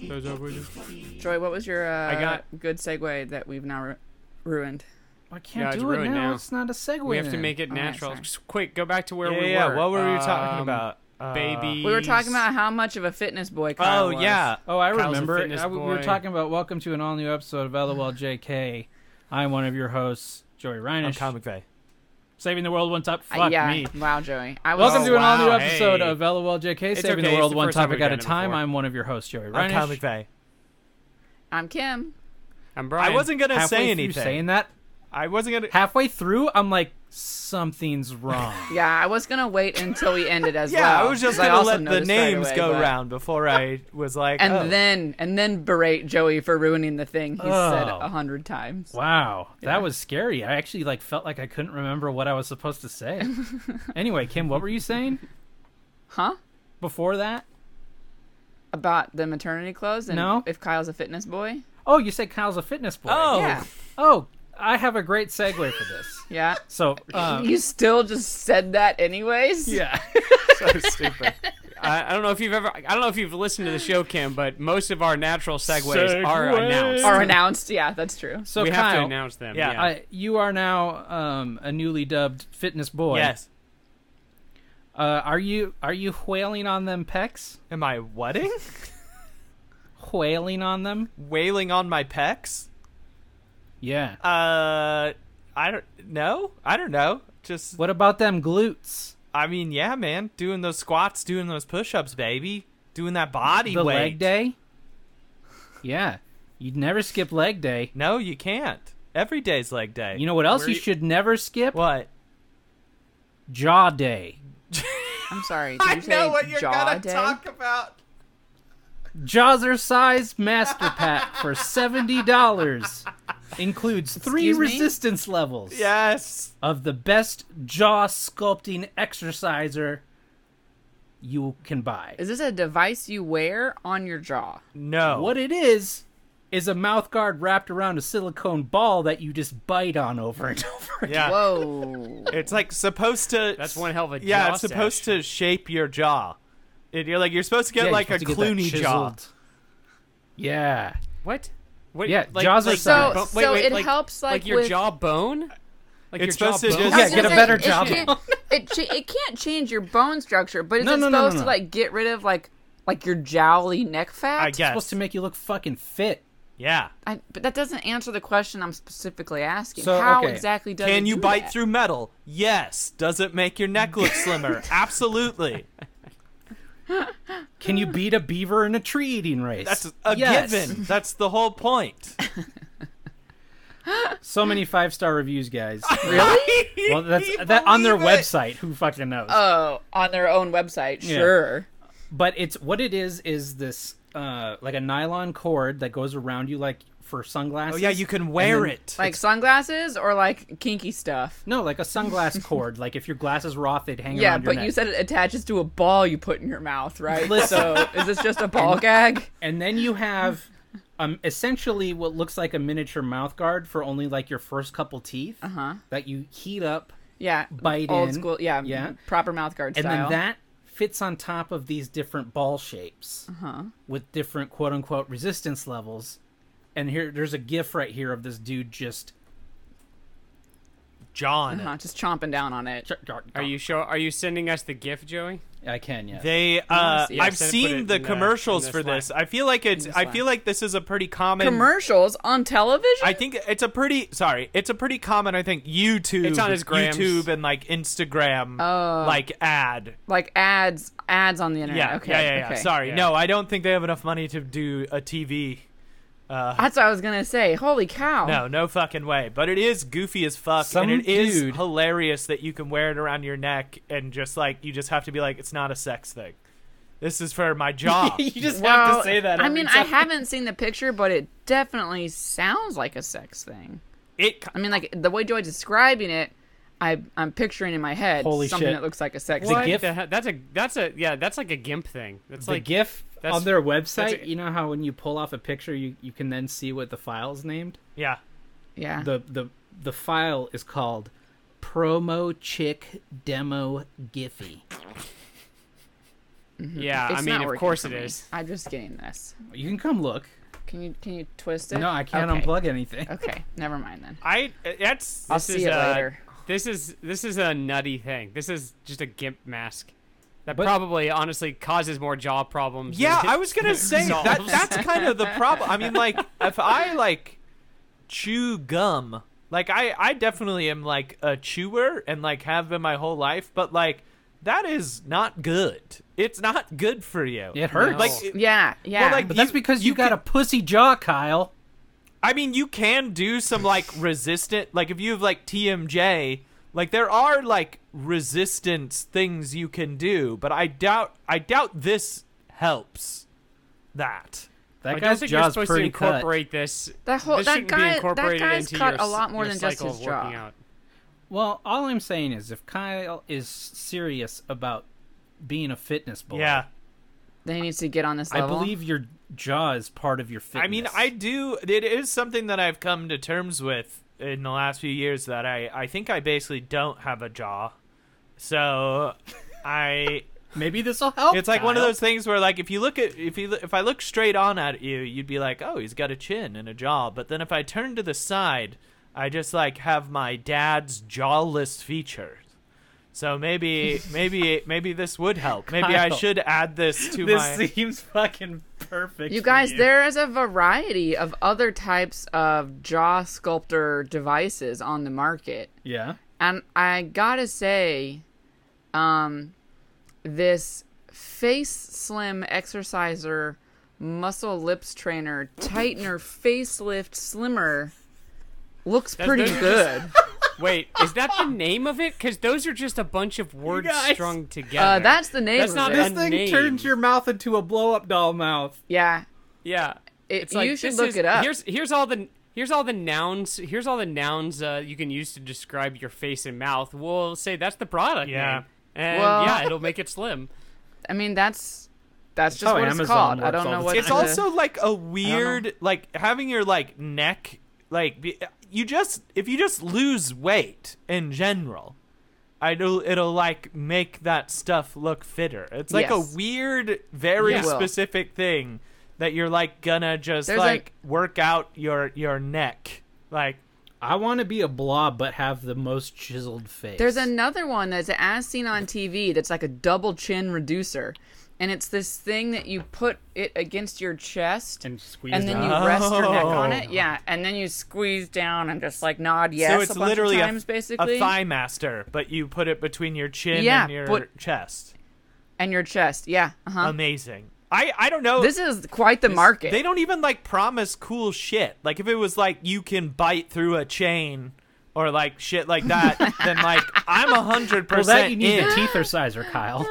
Jojo Voodoo. Joy, what was your uh, I got- good segue that we've now ru- ruined? I Yeah, can't it's do it ruined now. now. It's not a segue. We have to then. make it All right, natural. sorry. Just quick, go back to where yeah, we yeah, were. What were we talking Um, about? Uh, Baby. We were talking about how much of a fitness boy Kyle Oh was. yeah. Oh, I Kyle's a remember. it. fitness I- we were boy. talking about welcome to an all new episode of LOLJK. I'm one of your hosts, Joey I'm Reinish. Kyle McVeigh. Saving the world one top. Uh, Fuck yeah. Oh, me. Wow, Joey. I was Welcome to an wow, all new episode hey. of LOLJK, It's saving okay, the it's world the one first time topic we've at a done it time. before. I'm one of your hosts, Joey I'm Reinish. Kyle McVeigh. I'm Kim. I'm I Brian. wasn't gonna Halfway say through anything. saying that, I wasn't gonna. halfway through, I'm like, something's wrong. Yeah, I was gonna wait until we ended as yeah, well. I was 'cause just gonna also let the noticed right names away, go but- round before I was like. And oh. then and then berate Joey for ruining the thing he said Oh. a hundred times. wow, that was scary. I actually like felt like I couldn't remember what I was supposed to say. anyway, Kim, what were you saying Huh? before that? About the maternity clothes and No. if Kyle's a fitness boy? Oh, you said Kyle's a fitness boy. Oh. Yeah. oh, I have a great segue for this. Yeah. So, um, you still just said that anyways? yeah, so stupid. I, I don't know if you've ever. I don't know if you've listened to the show, Kim, but most of our natural segues are announced. Or announced. Yeah, that's true. so we have to Kyle, announce them. Yeah, Yeah. I, you are now um, a newly dubbed fitness boy. Yes. Uh, are you are you whaling on them pecs? Am I wetting? Whaling on them? Wailing on my pecs? Yeah. Uh, I don't know. I don't know. Just What about them glutes? I mean, yeah, man, doing those squats, doing those push-ups, baby, doing that body the weight. leg day. Yeah, you'd never skip leg day. No, you can't. Every day's leg day. You know what else Where you you- should never skip? what? Jaw day. I'm sorry. Did you say jaw day? about. Jawser size master pack for seventy dollars. Includes three Excuse me? resistance levels Yes. of the best jaw sculpting exerciser you can buy. Is this a device you wear on your jaw? No. What it is is a mouth guard wrapped around a silicone ball that you just bite on over and over. again. Yeah. Whoa. It's like supposed to. That's one hell of a Yeah, jaw it's supposed session. to shape your jaw. It, you're like you're supposed to get Yeah, like you a have to get that Clooney jaw. chiseled. Yeah. what? What? Yeah, Like, jaws are like, size. bo- So- wait, so wait, it like, helps, like, your with- jaw bone. Like It's your supposed to jawbone? just- I Yeah, was get a gonna better say, job. It can't, it, cha- it can't change your bone structure, but is No, it no, no, supposed no, to no. like get rid of like like your jowly neck fat? I guess. supposed to make you look fucking fit. yeah. I- but that doesn't answer the question I'm specifically asking. So, How okay. exactly does Can it you do bite that? through metal? Yes. Does it make your neck look slimmer? Absolutely. Can you beat a beaver in a tree eating race? That's a Yes. given. That's the whole point. So many five star reviews, guys. Really? well, that's that on their website. Who fucking knows? oh, on their own website, Yeah. sure. but it's what it is is this uh like a nylon cord that goes around you like for sunglasses. Oh yeah, you can wear then- it. Like sunglasses or like kinky stuff. No, like a sunglass cord. Like if your glasses were off, they'd hang Yeah, around your but neck. you said it attaches to a ball you put in your mouth, right? Listen. So is this just a ball gag? and then you have um essentially what looks like a miniature mouth guard for only like your first couple teeth uh-huh. that you heat up Yeah, Bite old in. school. Yeah, Yeah. proper mouth guard and style. then that fits on top of these different ball shapes with different quote unquote resistance levels and here there's a gif right here of this dude just John. Uh-huh. Huh, just chomping down on it. Are you sure? Are you sending us the GIF, Joey? i can yeah They uh see it. I've Yeah, put it seen in the the- commercials in the for Slack. this. I feel like it's the I Slack. feel like this is a pretty common Commercials on television? I think it's a pretty sorry, it's a pretty common I think YouTube It's on his grams. YouTube and like Instagram Oh. like ad. like ads, ads on the internet. Yeah. okay, yeah, yeah, yeah. okay. Sorry. Yeah. No, I don't think they have enough money to do a TV. That's what I was gonna say. Holy cow! No, no fucking way. But it is goofy as fuck, Some and it is dude- hilarious that you can wear it around your neck and just like you just have to be like, it's not a sex thing. This is for my jaw. you just have Well, to say that I every mean, I time. haven't seen the picture, but it definitely sounds like a sex thing. it I mean, like the way Joy's describing it, I I'm picturing in my head Holy something shit. that looks like a sex The What thing. GIF- the hell- That's a. That's a. Yeah, that's like a GIMP thing. That's the like gif that's- on their website that's a- you know how when you pull off a picture you, you can then see what the file's named yeah. Yeah. the the the file is called promo chick demo giphy Yeah, It's I not mean, of working course for it me. is. I'm just getting this. You can come look. Can you can you twist it? No, I can't Okay. unplug anything. Okay, never mind then. I that's I'll This see is, you uh, later. This is this is a nutty thing. This is just a gimp mask that But- probably honestly causes more jaw problems. Yeah, than it I was gonna say that. solves. That's kind of the problem. I mean, like, if I like chew gum, like I, I definitely am like a chewer and like have been my whole life, but like that is not good. It's not good for you. It hurts. No. Like, Yeah, yeah. like, But that's You- because you, you got can- a pussy jaw, Kyle. I mean, you can do some like resistant, like if you have like TMJ, like there are like resistance things you can do, but I doubt, I doubt this helps that. That I don't guy's think you're jaw's supposed to pretty cut. incorporate this. That whole- this that shouldn't guy- be that incorporated guy's into cut your, a s- lot more your than just cycle his of working jaw. out. Well, all I'm saying is if Kyle is serious about being a fitness boy, Yeah. then he needs to get on this I level. believe your jaw is part of your fitness. I mean, I do. It is something that I've come to terms with in the last few years that I, I think I basically don't have a jaw. So I, maybe this will help. it's like one of Kyle. those things where like if you look at if you if I look straight on at you, you'd be like, oh, he's got a chin and a jaw. But then if I turn to the side, I just like have my dad's jawless features. So maybe maybe maybe this would help. Maybe I Kyle. should add this to This my. seems fucking perfect. You for guys, there is a variety of other types of jaw sculptor devices on the market. Yeah. And I gotta say, um, this face slim exerciser, muscle lips trainer, tightener, facelift, slimmer looks pretty those are good. Wait, is that the name of it? Because those are just a bunch of words guys- strung together. Uh, that's the name That's of not it. a This thing name. turns your mouth into a blow up doll mouth. yeah, yeah. it, It's like, you should this look is- it up. Here's here's all the here's all the nouns here's all the nouns uh, you can use to describe your face and mouth. We'll say that's the product Yeah. name, and Well- yeah, it'll make it slim. I mean, that's that's just how what it's Amazon called. I works don't all know the what time. it's the- also like a weird like having your like neck like be, you just if you just lose weight in general I do, it'll like make that stuff look fitter. It's like Yes. a weird, very Yeah. It will. specific thing that you're like gonna just There's, like work out your your neck. Like I want to be a blob, but have the most chiseled face. There's another one that's as seen on TV that's like a double chin reducer. And it's this thing that you put it against your chest and squeeze and then you down. rest your neck on Oh. it. Yeah. And then you squeeze down and just like nod yes. so, it's a bunch literally of a- times, a, basically. thigh master, but you put it between your chin Yeah, and your but- chest. And your chest. Yeah. Uh huh. Amazing. I I don't know. this is quite the market. They don't even like promise cool shit. Like if it was like you can bite through a chain or like shit like that, then like I'm a hundred well, that percent you need in. a teether sizer, Kyle.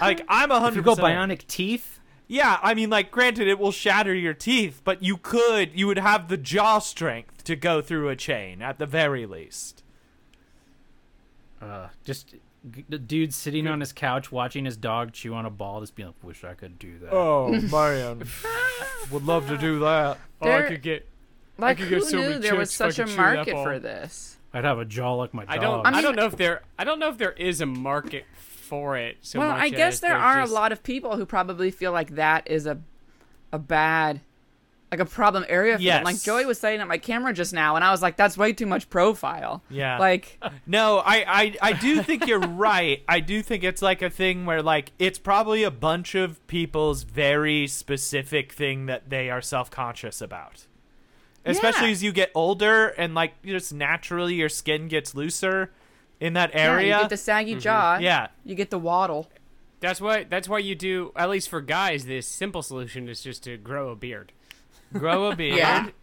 Like I'm a You hundred go percent. bionic teeth. Yeah, I mean, like granted, it will shatter your teeth, but you could, you would have the jaw strength to go through a chain at the very least. Uh, just g- the dude sitting on his couch watching his dog chew on a ball, just being like, "Wish I could do that." Oh man, would love to do that. Oh, I There- could get. like, could who go so many knew there was chicks such a fucking chew that market ball. for this? I'd have a jaw like my I dog. don't. I I, mean- don't know if there. I don't know if there is a market for it. So Well, much I guess as there there's are just- a lot of people who probably feel like that is a a bad like a problem area for them. Like Yes. Joey was setting up my camera just now and I was like, that's way too much profile. Yeah. Like No, I, I, I do think you're right. I do think it's like a thing where like it's probably a bunch of people's very specific thing that they are self conscious about. Especially Yeah. as you get older and like you just naturally your skin gets looser in that yeah, you area. get the saggy jaw. Yeah. You get the waddle. That's why. That's why you do. At least for guys, the simple solution is just to grow a beard. Grow a beard.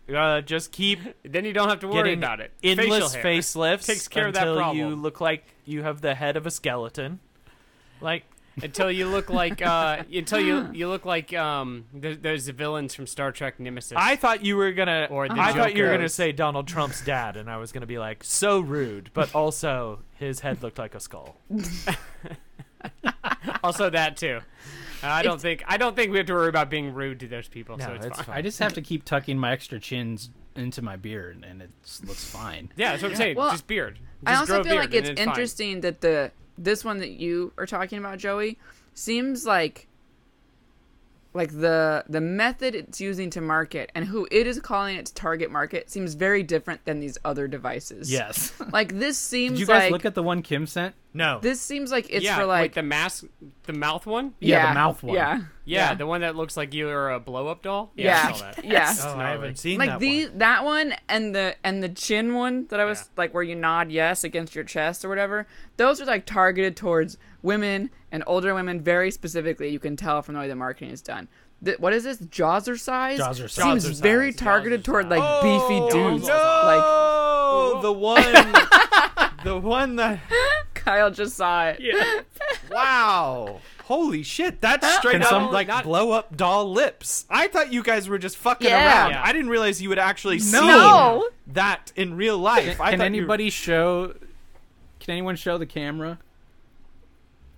Yeah. Uh, just keep Then you don't have to worry getting about it. Facial endless hair. facelifts Takes care of that until you problem. look like you have the head of a skeleton. Like until you look like uh, until you you look like um th- those villains from Star Trek Nemesis. I thought you were gonna. Or the I thought you were Joker. gonna say Donald Trump's dad, and I was gonna be like, so rude, but also his head looked like a skull. also that too. Uh, I don't think I don't think we have to worry about being rude to those people. No, so it's, it's fine. I just have to keep tucking my extra chins into my beard, and it looks fine. Yeah, that's what I'm saying. Well, just beard. I Just grow also a feel beard like and it's then fine. interesting that the this one that you are talking about, Joey, seems like like the the method it's using to market and who it is calling its target market seems very different than these other devices. Yes. Like this seems Did you guys like look at the one Kim sent? No. this seems like it's yeah, for like the mask, the mouth one. Yeah, the mouth one. Yeah. Yeah, the one that looks like you're a blow up doll. I Yeah. saw that. Yeah. Oh, I haven't seen like that these one. that one and the and the chin one that I was like where you nod yes against your chest or whatever. Those are like targeted towards women and older women very specifically. You can tell from the way the marketing is done. Th- what is this Jawser size? Jawzercise. Seems very Jawzercise. targeted toward like Oh, beefy dudes. Like No, the one, the one that. Kyle just saw it. Yeah. Wow. Holy shit, that's straight Can up some- like Not- blow up doll lips. I thought you guys were just fucking Yeah. around. Yeah. I didn't realize you had actually seen No. that in real life. I Can thought you- anybody show? Can anyone show the camera?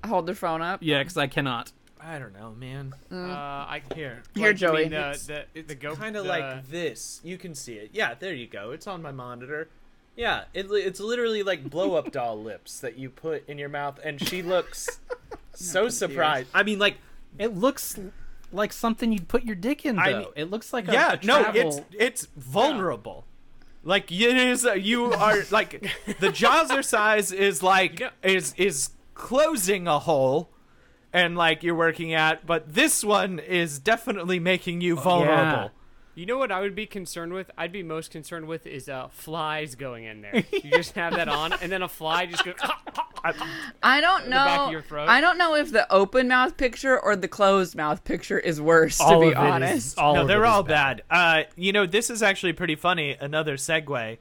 Hold their phone up. Yeah, because I cannot. I don't know, man. Uh, I here. Here, Joey. The, the, the go kind of the- like this. You can see it. Yeah, there you go. It's on my monitor. Yeah, it, li- it's literally like blow up doll lips that you put in your mouth, and she looks so surprised. I mean, like, It looks like something you'd put your dick in. Though I mean- it looks like a, yeah, a no, travel- it's it's vulnerable. Like it is, uh, you are like the Jawser size is like is is closing a hole, and like you're working at, but this one is definitely making you vulnerable. You know what I would be concerned with? I'd be most concerned with is uh, flies going in there. You just have that on, and then a fly just goes. I don't back of know. your throat? I don't know if the open mouth picture or the closed mouth picture is worse. All to of be it is- honest, all no, of they're it is all bad. Uh, you know, this is actually pretty funny. Another segue,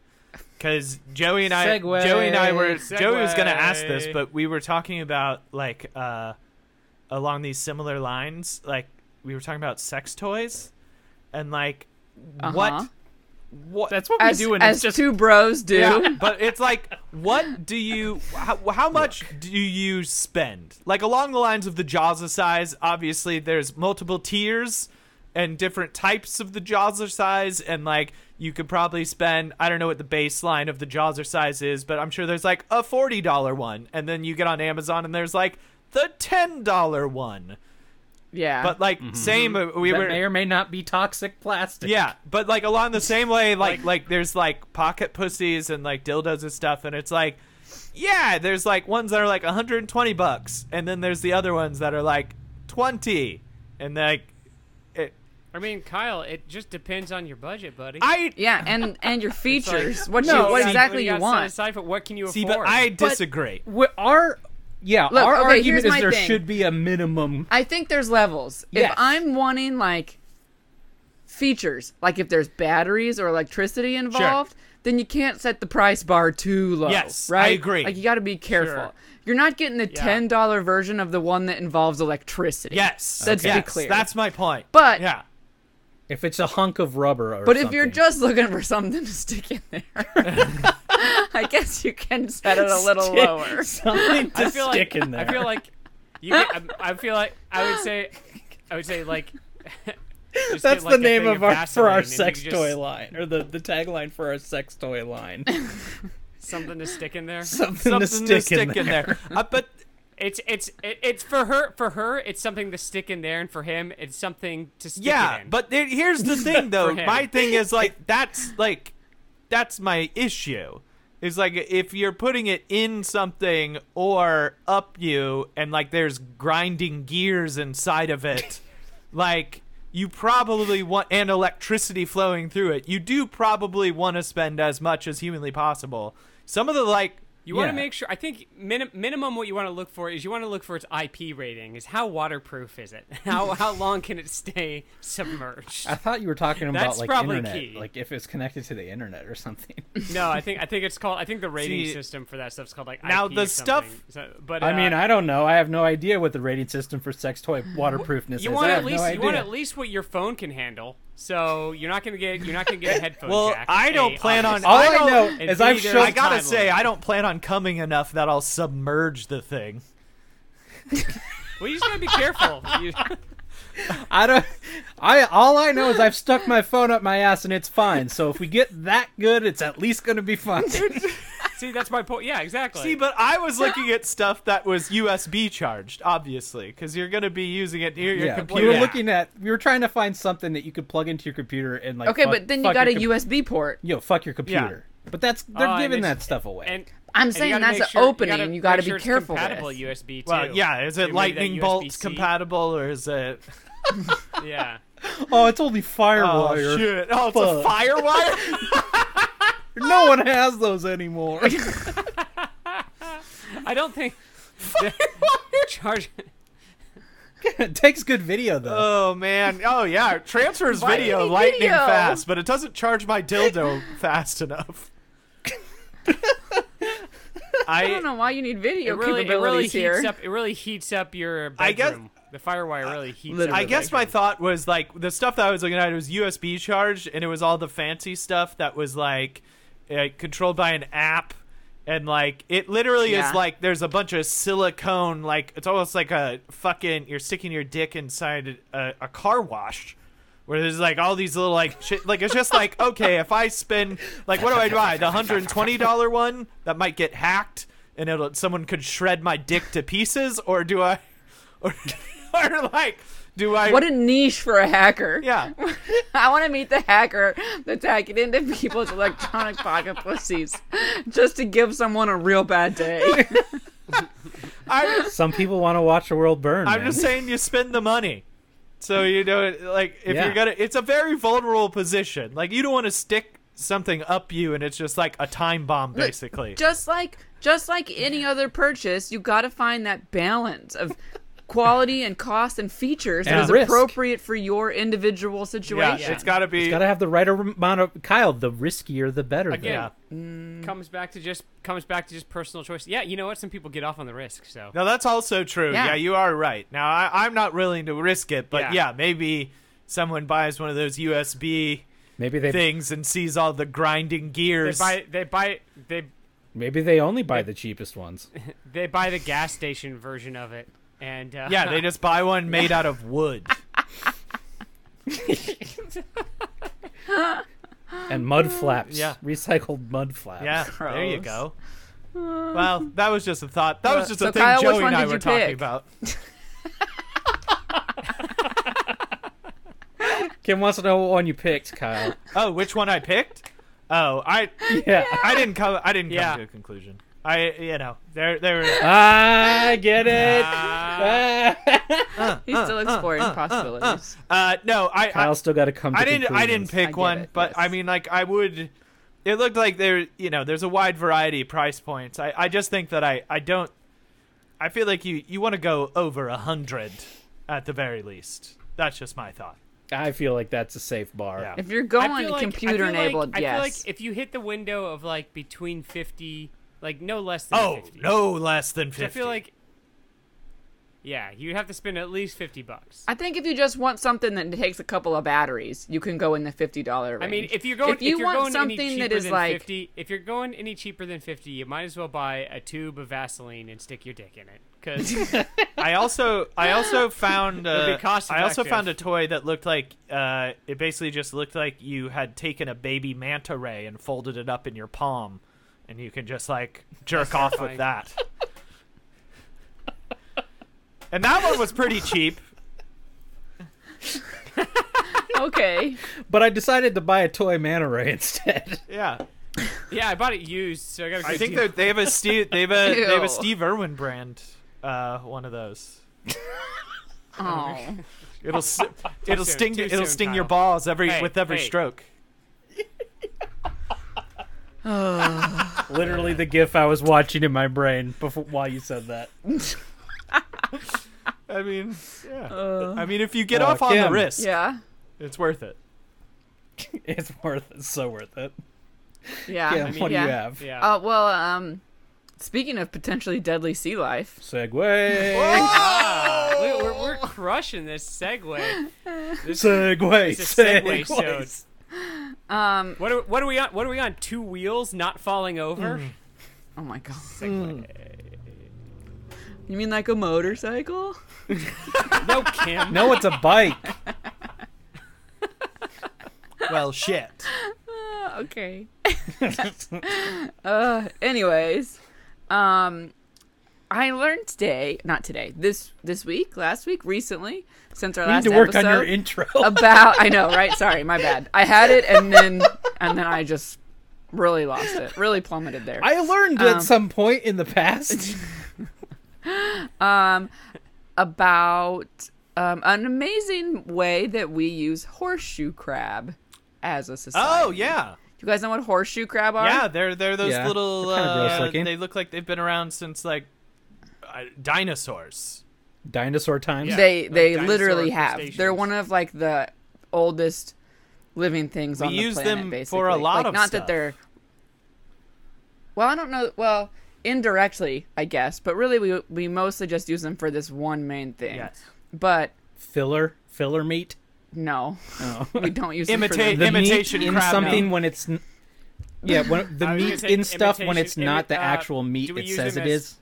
because Joey and I, Segue. Joey and I were Joey was going to ask this, Segue. but we were talking about like uh, along these similar lines. Like we were talking about sex toys, and like Uh-huh. what what That's what as, we do, and as it's just two bros do. yeah, but it's like, what do you, how, how much do you spend? Like, along the lines of the Jaws size, obviously, there's multiple tiers and different types of the Jaws size, and like, you could probably spend, I don't know what the baseline of the Jaws size is, but I'm sure there's like a $40 one, and then you get on Amazon and there's like the $10 one. Yeah. But like, same, uh, we that were. may or may not be toxic plastic. Yeah, but like along the same way, like, like there's like pocket pussies and like dildos and stuff, and it's like, yeah, there's like ones that are like 120 bucks, and then there's the other ones that are like 20, and like, it, I mean, Kyle, it just depends on your budget, buddy. I yeah, and and your features. what you, No, what see- exactly you got set want? Aside for what can you see, but afford? I disagree. Wh- our yeah, Look, our okay, here's argument is my there thing. should be a minimum. I think there's levels. If Yes. I'm wanting like features, like if there's batteries or electricity involved, then you can't set the price bar too low. Yes, I right? agree. Like you got to be careful. Sure. You're not getting the ten dollar version of the one that involves electricity. yes, Let's be yes, clear. That's my point. But- yeah, If it's a hunk of rubber, or But if you're something. just looking for something to stick in there, I guess you can set it a little Stick- lower. something to I feel stick like in there. I feel like you. Get, I, I feel like I would say, I would say like. just get, That's like, a the name thing of our for Vaseline our and you sex just- toy line, or the the tagline for our sex toy line. Something to stick in there. Something, something to stick, in, there. Uh, but It's it's it- it's for her for her it's something to stick in there and for him it's something to stick yeah, it in. but there, here's the thing though. him. my thing is like that's like that's my issue. Is like if you're putting it in something or up you and like there's grinding gears inside of it, like you probably want and electricity flowing through it. You do probably want to spend as much as humanly possible. Some of the like You want Yeah. to make sure. I think minim- minimum what you want to look for is you want to look for its IP rating. Is how waterproof is it? How how long can it stay submerged? I thought you were talking about That's like probably internet, key. like if it's connected to the internet or something. no, I think I think it's called. I think the rating See, system for that stuff's called like now IP the or something. stuff- So, but I mean, uh, I don't know. I have no idea what the rating system for sex toy waterproofness you is. want I at have least no you want idea. at least what your phone can handle. So you're not gonna get you're not gonna get a headphone Well, jack. I don't A, plan on- obviously. All I I know don't- is and I've neither- shown. I gotta timeline. say I don't plan on coming enough that I'll submerge the thing. Well, you just gotta be careful. You- I don't. I all I know is I've stuck my phone up my ass and it's fine. So if we get that good, it's at least going to be fine. See, that's my point. Yeah, exactly. See, but I was looking at stuff that was USB charged, obviously, because you're going to be using it near your yeah, we computer. were looking at we were trying to find something that you could plug into your computer and like Okay, fuck- but then you fuck got a your com- USB port. yo fuck your computer. But that's they're Oh, and giving it's- that stuff away. and I'm and you saying gotta that's make an sure- opening, You gotta, you gotta make be sure it's careful with. Compatible USB too. well, yeah, is Maybe it that lightning bolts USB-C? compatible or is it? Yeah. oh, it's only Oh FireWire. shit! Oh, it's a Fuck. fire wire. No one has those anymore. I don't think. Charge. it takes good video though. oh man! Oh yeah, it transfers Why video did he lightning video? fast, but it doesn't charge my dildo fast enough. I, I don't know why you need It video really, it really capabilities heats here. up. It really heats up your bedroom. I guess- the firewire really heats. up Literally. I your guess my bedroom. thought was like the stuff that I was looking at was USB charged, and it was all the fancy stuff that was like uh, controlled by an app, and like it literally Yeah. is like there's a bunch of silicone, like it's almost like a fucking you're sticking your dick inside a, a car wash. Where there's like all these little like shit, like it's just like okay, if I spend like what do I buy the hundred and twenty dollar one that might get hacked and it'll someone could shred my dick to pieces, or do I, or, or like do I What a niche for a hacker. yeah. I want to meet the hacker that's hacking into people's electronic pocket pussies just to give someone a real bad day. I, Some people want to watch the world burn. I'm man. just saying you spend the money. So you know like if Yeah. you're gonna it's a very vulnerable position. Like you don't want to stick something up you and it's just like a time bomb basically. just like just like any other purchase, you got to find that balance of quality and cost and features And that is risk. appropriate for your individual yeah, situation. it's gotta be Got to have the right amount of Kyle. The riskier, the better. though. Again, comes back to just comes back to just personal choice. Yeah, you know what? Some people get off on the risk. So No, that's also true. Yeah. Yeah, you are right. Now I, I'm not willing to risk it, but Yeah. yeah. maybe someone buys one of those USB maybe they things and sees all the grinding they gears. buy they buy they maybe they only buy the cheapest ones. they buy the gas station version of it. And uh, yeah, they just buy one made out of wood. and mud flaps. Yeah. recycled mud flaps. Yeah, there you Gross. go. Well, that was just a thought. That was just Uh, so a thing Kyle, which Joey one and I did you were talking pick? about. Kim wants to know what one you picked, Kyle. Oh, which one I picked? Oh, I yeah, I didn't come I didn't come Yeah. to a conclusion. I you know, there there were I get it. uh, He's still exploring possibilities. uh no, I I, Kyle still got to come. To I didn't I didn't conclusions. I get pick one, it, but I yes. mean like I would it looked like there you know, there's a wide variety of price points. I I just think that I I don't I feel like you you want to go over a 100 at the very least. That's just my thought. I feel like that's a safe bar. Yeah. If you're I going feel like- I feel computer enabled, like, I feel yes. like if you hit the window of like between fifty, like no less than Oh, 50. no less than 50. So I feel like yeah, you have to spend at least fifty bucks. I think if you just want something that takes a couple of batteries, you can go in the fifty dollar range. I mean, if you're going, if you are want going something any cheaper that is than like, 50, if you're going any cheaper than fifty, you might as well buy a tube of Vaseline and stick your dick in it, because I also I also found It'd be uh, cost I also effective. found a toy that looked like uh, it basically just looked like you had taken a baby manta ray and folded it up in your palm, and you can just like jerk off with terrifying. that. and that one was pretty cheap. okay, But I decided to buy a toy manta ray instead. Yeah, yeah, I bought it used, so I got. a good I think deal. that they have a Steve they have a they have Ew. a Steve Irwin brand uh, one of those. oh, It'll s- it'll soon, sting too it'll soon, sting your Kyle. balls every Hey, with every hey. stroke. Literally the gif I was watching in my brain before while you said that. I mean, yeah. I mean, if you get Oh, Uh, off on the Kim. wrist, yeah, It's worth it. It's worth it. So worth it. yeah. Kim, what yeah. do you have? Yeah. Uh, well, um, speaking of potentially deadly sea life, Segway. Ah, we- we're, we're Oh. crushing this segue. This Segway. is a segue. Segway. So, um, what are what are we on? What are we on? Two wheels not falling over. oh my god, Segue. you mean like a motorcycle? No, Kim. Mm. No, it's a bike. Well, shit. Uh, okay. uh, anyways, um, I learned today, not today, this this week, last week, recently, since our You need last to work episode, on your intro. about I know, right? Sorry, my bad. I had it and then and then I just really lost it. Really plummeted there. I learned Um, at some point in the past. um, about um, an amazing way that we use horseshoe crab as a society. Oh yeah, You guys know what horseshoe crab are? yeah. They're they're those Yeah, little. they're kinda gross uh, looking. they look like they've been around since like uh, dinosaurs. Dinosaur times. Yeah. they like they dinosaur literally have. They're crustaceans. one of like the oldest living things We on the use planet. them basically, for a lot like, of not that stuff. they're. Well, I don't know. Well, indirectly, I guess, but really, we we mostly just use them for this one main thing. Yes. But Filler, filler meat. no, Oh. we don't use them for Imitate- the them. Imitation meat in crab something when it's n- yeah when the I was gonna meat say in stuff when imitation- it's not the imi- uh, actual meat do we it use says them it as- is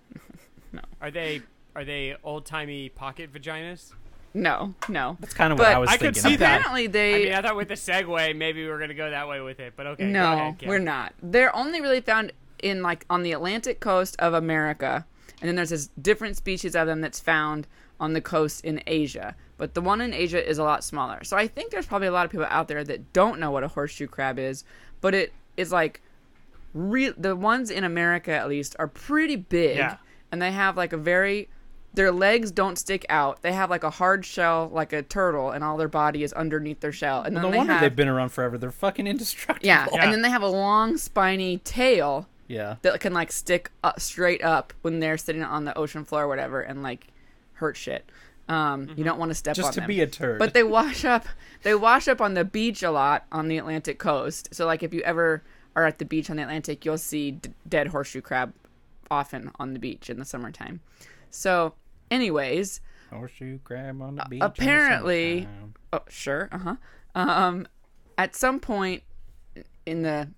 Are they are they old timey pocket vaginas? No, no. that's kind of But what i was I thinking could see of. that. Apparently, they I mean, I thought with the segue, maybe we were gonna go that way with it, but okay. go no, ahead, Kat. we're not. They're only really found in like on the Atlantic coast of America, and then there's this different species of them that's found on the coast in Asia. But the one in Asia is a lot smaller. So I think there's probably a lot of people out there that don't know what a horseshoe crab is, but it is like real. The ones in America at least are pretty big, Yeah. and they have like a very their legs don't stick out. They have like a hard shell, like a turtle, and all their body is underneath their shell. And no then they wonder have, they've been around forever they're fucking indestructible yeah. Yeah. and then they have a long spiny tail yeah that can like stick up, straight up when they're sitting on the ocean floor or whatever, and like hurt shit. Um, You don't want to step Mm-hmm. just on to them. be a turd but they wash up. They wash up on the beach a lot on the Atlantic coast. So like if you ever are at the beach on the Atlantic, you'll see d- dead horseshoe crab often on the beach in the summertime. So, anyways, horseshoe crab on the beach in the apparently- summertime. Oh, sure. Uh huh. Um, at some point in the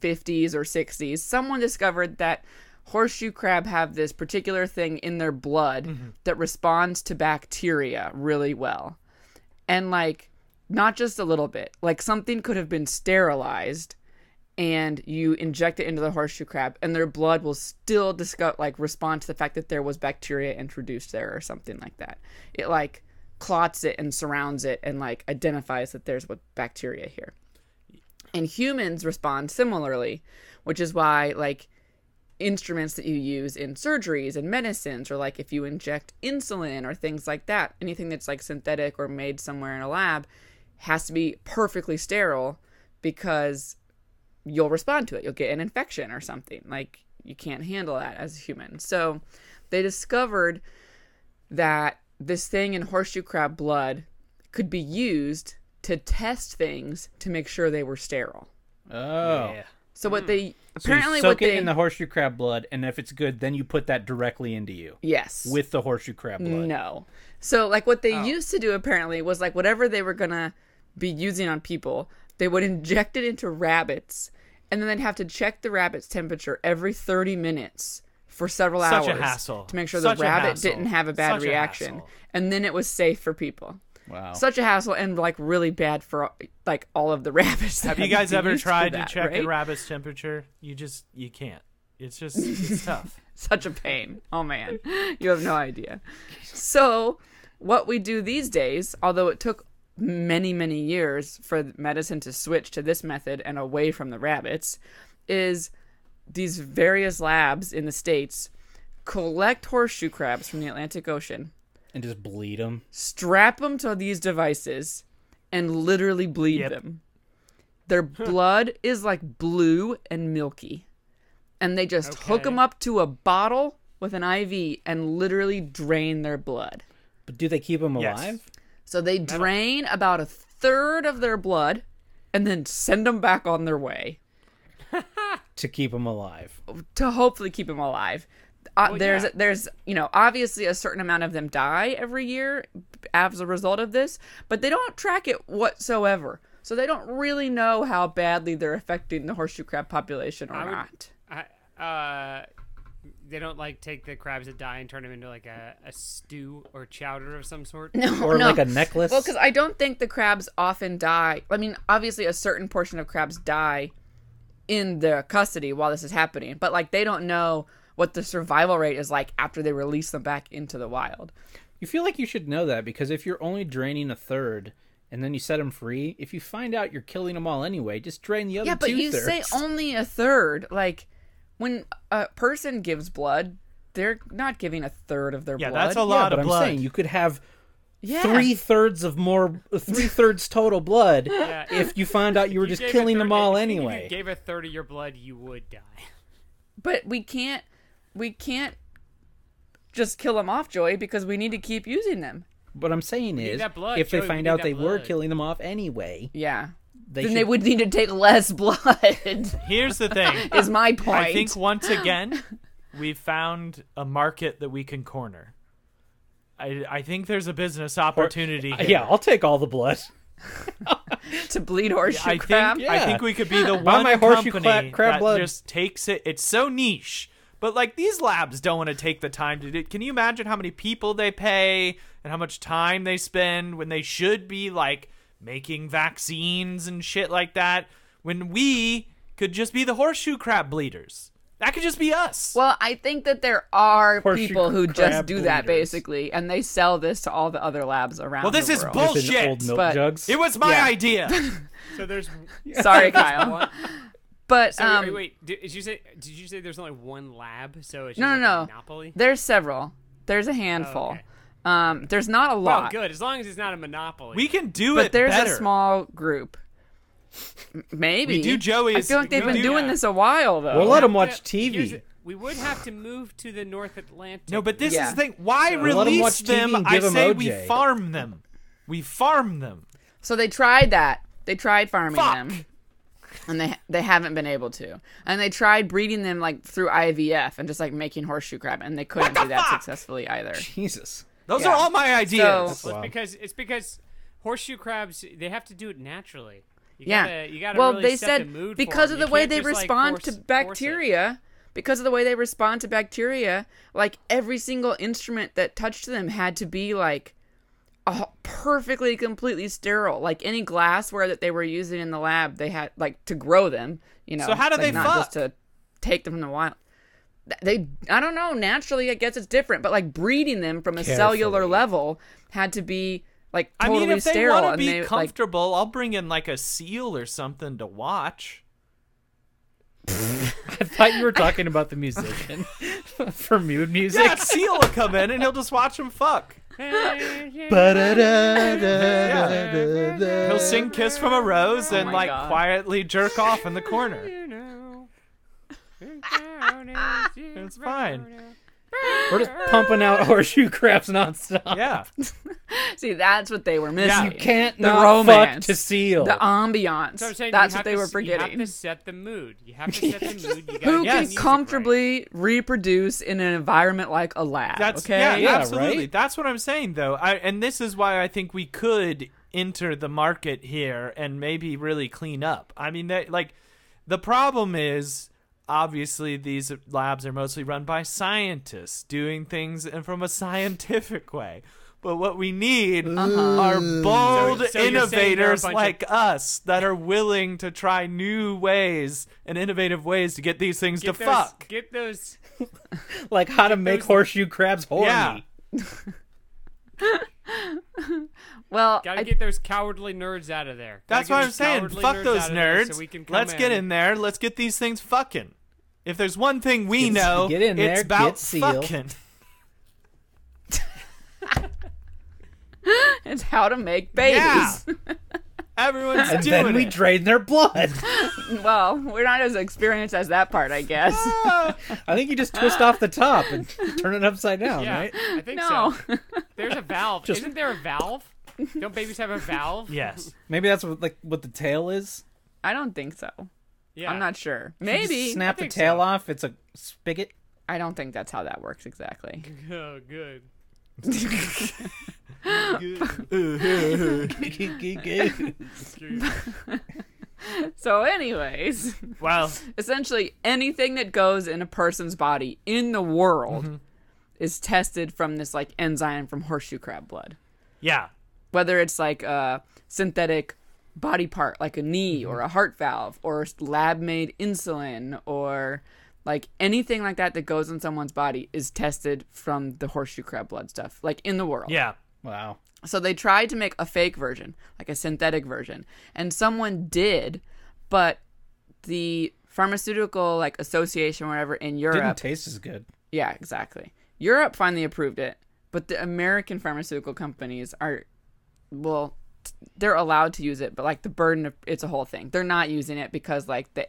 50s or 60s, someone discovered that horseshoe crab have this particular thing in their blood that responds to bacteria really well. And, like, not just a little bit, like, something could have been sterilized and you inject it into the horseshoe crab and their blood will still disco- like respond to the fact that there was bacteria introduced there or something like that it like clots it and surrounds it and like identifies that there's what bacteria here and humans respond similarly which is why like instruments that you use in surgeries and medicines or like if you inject insulin or things like that anything that's like synthetic or made somewhere in a lab has to be perfectly sterile because you'll respond to it you'll get an infection or something like you can't handle that as a human so they discovered that this thing in horseshoe crab blood could be used to test things to make sure they were sterile oh so what they So you apparently what soak it they in the horseshoe crab blood and if it's good then you put that directly into you yes with the horseshoe crab blood no so like what Oh. they used to do apparently was like whatever they were gonna be using on people they would inject it into rabbits and then they'd have to check the rabbit's temperature every 30 minutes for several Such a hours hassle. to make sure Such a the rabbit hassle. didn't have a bad Such a reaction hassle. and then it was safe for people wow such a hassle and like really bad for like all of the rabbits that Have you had guys been ever used for tried that, to check right? a rabbit's temperature? You just you can't. It's just it's tough. such a pain. Oh man, you have no idea. So, what we do these days, although it took many, many years for medicine to switch to this method and away from the rabbits, is these various labs in the states collect horseshoe crabs from the Atlantic Ocean, and just bleed them strap them to these devices, and literally bleed Yep. them. Their blood is like blue and milky. And they just hook 'em hook Okay. them up to a bottle with an IV and literally drain their blood. but do they keep them Yes. alive So they drain about a third of their blood and then send them back on their way to keep them alive to hopefully keep them alive. Uh, there's yeah. there's you know obviously a certain amount of them die every year as a result of this, but they don't track it whatsoever. So they don't really know how badly they're affecting the horseshoe crab population or would- not. I, uh, they don't like take the crabs that die and turn them into like a, a stew or chowder of some sort. No, Or no. like a necklace. Well, because I don't think the crabs often die. I mean, obviously, a certain portion of crabs die in their custody while this is happening, but like they don't know what the survival rate is like after they release them back into the wild. You feel like you should know that because if you're only draining a third and then you set them free, if you find out you're killing them all anyway, just drain the other Yeah, but two you say thirds. only a third. Like when a person gives blood, they're not giving a third of their Yeah, blood. that's a lot yeah, but of I'm blood. saying you could have yeah. three thirds of more, three thirds total blood if you find out you were You just gave a killing them third- all if you anyway. gave a third of your blood, you would die. But we can't we can't just kill them off, Joy, because we need to keep using them. What I'm saying is, that blood, if they Joey, we find need out that they were blood. killing them off anyway, Yeah. they then should they would need to take less blood. Here's the thing. is my point. I think once again, we found a market that we can corner. I, I think there's a business opportunity. here. Yeah, I'll take all the blood. to bleed horseshoe I think crab. I Yeah. think we could be the Buy one my horseshoe cla- company crab that blood. just takes it. It's so niche, but like these labs don't want to take the time to do. Can you imagine how many people they pay and how much time they spend when they should be like making vaccines and shit like that? When we could just be the horseshoe crab bleeders. That could just be us. Well, I think that there are Horseshoe people who just crab do that bleeders. basically, and they sell this to all the other labs around. Well, this the is world. bull- Just in Bullshit, old milk but- jugs. it was my yeah. idea. So there's Sorry, Kyle. But So um, Oh, wait, wait, did, did you say? Did you say there's only one lab? So it's just No, like no, a no. monopoly. there's several. There's Oh, a handful. okay. Um, there's not a Oh, lot, good. As long as it's not a monopoly. we can do but it there's better. a small group. M- Maybe do Joey's- I feel like they've we been do- doing this a while though. We'll let them watch Yeah, here's the- TV. we would have to move to the North Atlantic. No, but this Yeah. is the thing. Why let 'em release watch TV them? and I give 'em say we OJ. farm them. We farm them. So they tried that. They tried farming Fuck. them, and they they haven't been able to. And they tried breeding them like through IVF and just like making horseshoe crab, and they couldn't the do that fuck? successful successfully either. Jesus. Those Yeah. are all my ideas. So- Well, it's Wow. because it's because horseshoe crabs they have to do it naturally. You Yeah. Gotta, you gotta well, really they set said the mood because for 'em. of the You way can't they just, like, respond force- to force it. bacteria, because of the way they respond to bacteria, like every single instrument that touched them had to be like a, perfectly, completely sterile. Like any glassware that they were using in the lab, they had like to grow them. You know, So how do like, they not just to take them from the wild? Th- They, I don't know. Naturally, I guess it's different, but like breeding them from a cellular Carefully. level had to be like I totally mean, if they sterile, want to and be they like comfortable, I'll bring in like a seal or something to watch. I thought you were talking about the musician for mood music. Yeah, a seal will come in and he'll just watch them fuck. He'll sing "Kiss from a Rose" and Oh my like God. quietly jerk off in the corner. You know, it's It's fine. We're just pumping out horseshoe crabs nonstop. Yeah, See, that's what they were missing. Yeah. You can't the not romance, fuck to seal. the ambiance. So I'm saying you that's what have they to were s- You forgetting. have to set the mood. You have to set the mood. You gotta get the Who Yes. can music comfortably reproduce in an environment like a lab? that's okay. yeah, Yeah, absolutely. right? That's what I'm saying though, I, and this is why I think we could enter the market here and maybe really clean up. I mean, that like the problem is obviously these labs are mostly run by scientists doing things in- from a scientific way. But what we need are bold So- so you're saying there are a innovators bunch like us that are willing to try new ways and innovative ways to get these things Get to those, fuck. Get those. like how to make horseshoe crabs horny. Yeah. Well, Gotta I- get those cowardly nerds out of there. Gotta That's get what I'm those saying. cowardly Fuck those out of there nerds. so we can come Let's get in there. Let's get these things fucking. If there's one thing we know, get in it's there, about get sealed. fucking. it's how to make babies. Everyone's And doing then we it. drain their blood. well, we're not as experienced as that part, I guess. I think you just twist off the top and turn it upside down, Yeah, right? I think no. so. There's a valve. Isn't there a valve? Don't babies have a valve? yes. Maybe that's what like what the tail is. I don't think so. Yeah. I'm not sure. You Maybe. just snap the think tail so. off. It's a spigot. I don't think that's how that works exactly. Oh, good. Goo, goo, goo. Excuse me. So, anyways, Well, essentially anything that goes in a person's body in the world Mm-hmm. is tested from this like enzyme from horseshoe crab blood. yeah. Whether it's like a synthetic body part, like a knee or a heart valve or lab made insulin or like anything like that that goes in someone's body is tested from the horseshoe crab blood stuff, like in the world. Yeah. Wow. So they tried to make a fake version, like a synthetic version, and someone did, but the pharmaceutical like association, whatever in Europe, Didn't taste as good. yeah, exactly. Europe finally approved it, but the American pharmaceutical companies are, well, t- they're allowed to use it, but like the burden of it's a whole thing. They're not using it because like the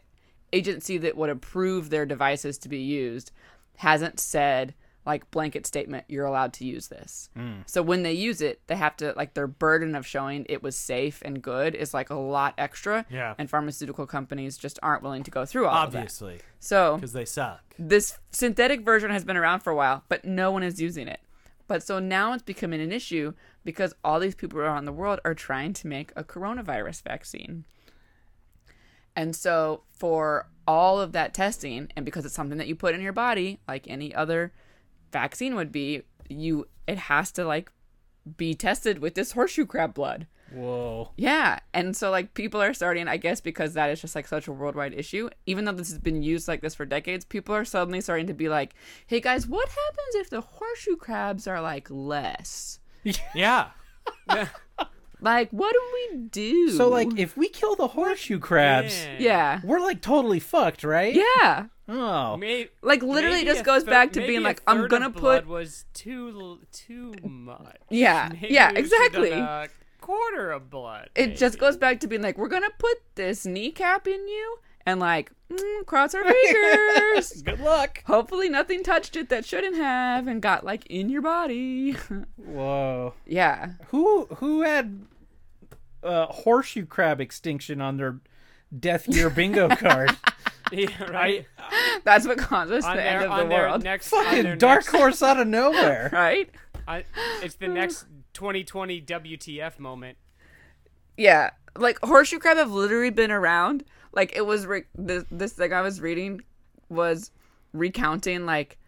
agency that would approve their devices to be used hasn't said like blanket statement you're allowed to use this. So when they use it, they have to like their burden of showing it was safe and good is like a lot extra. Yeah. And pharmaceutical companies just aren't willing to go through all of that. Obviously, So because they suck. this synthetic version has been around for a while, but no one is using it. But so now it's becoming an issue because all these people around the world are trying to make a coronavirus vaccine. And so for all of that testing, and because it's something that you put in your body, like any other vaccine would be, you it has to like be tested with this horseshoe crab blood. Whoa. Yeah. And so like people are starting, I guess because that is just like such a worldwide issue, even though this has been used like this for decades, people are suddenly starting to be like, "Hey guys, what happens if the horseshoe crabs are like less? Yeah. Like what do we do?" So like, if we kill the horseshoe crabs, yeah. we're like totally fucked, right? Yeah. Oh. May- Like literally maybe it just a goes thir- back to maybe being a like I'm third going to of blood put was too l- too much. Yeah, Maybe yeah, we should've exactly. done a quarter of blood. it just maybe. goes back to being like we're going to put this kneecap in you and like mm, cross our fingers. Good luck. Hopefully nothing touched it that shouldn't have and got like in your body. Whoa. yeah. Who who had uh, horseshoe crab extinction on their death year bingo card? yeah, right I That's what causes on the their end of on the their world, next on their Fucking dark next- horse out of nowhere. right? I, it's the next 2020 WTF moment. Yeah, like horseshoe crab have literally been around. Like it was re- this this thing I was reading was recounting like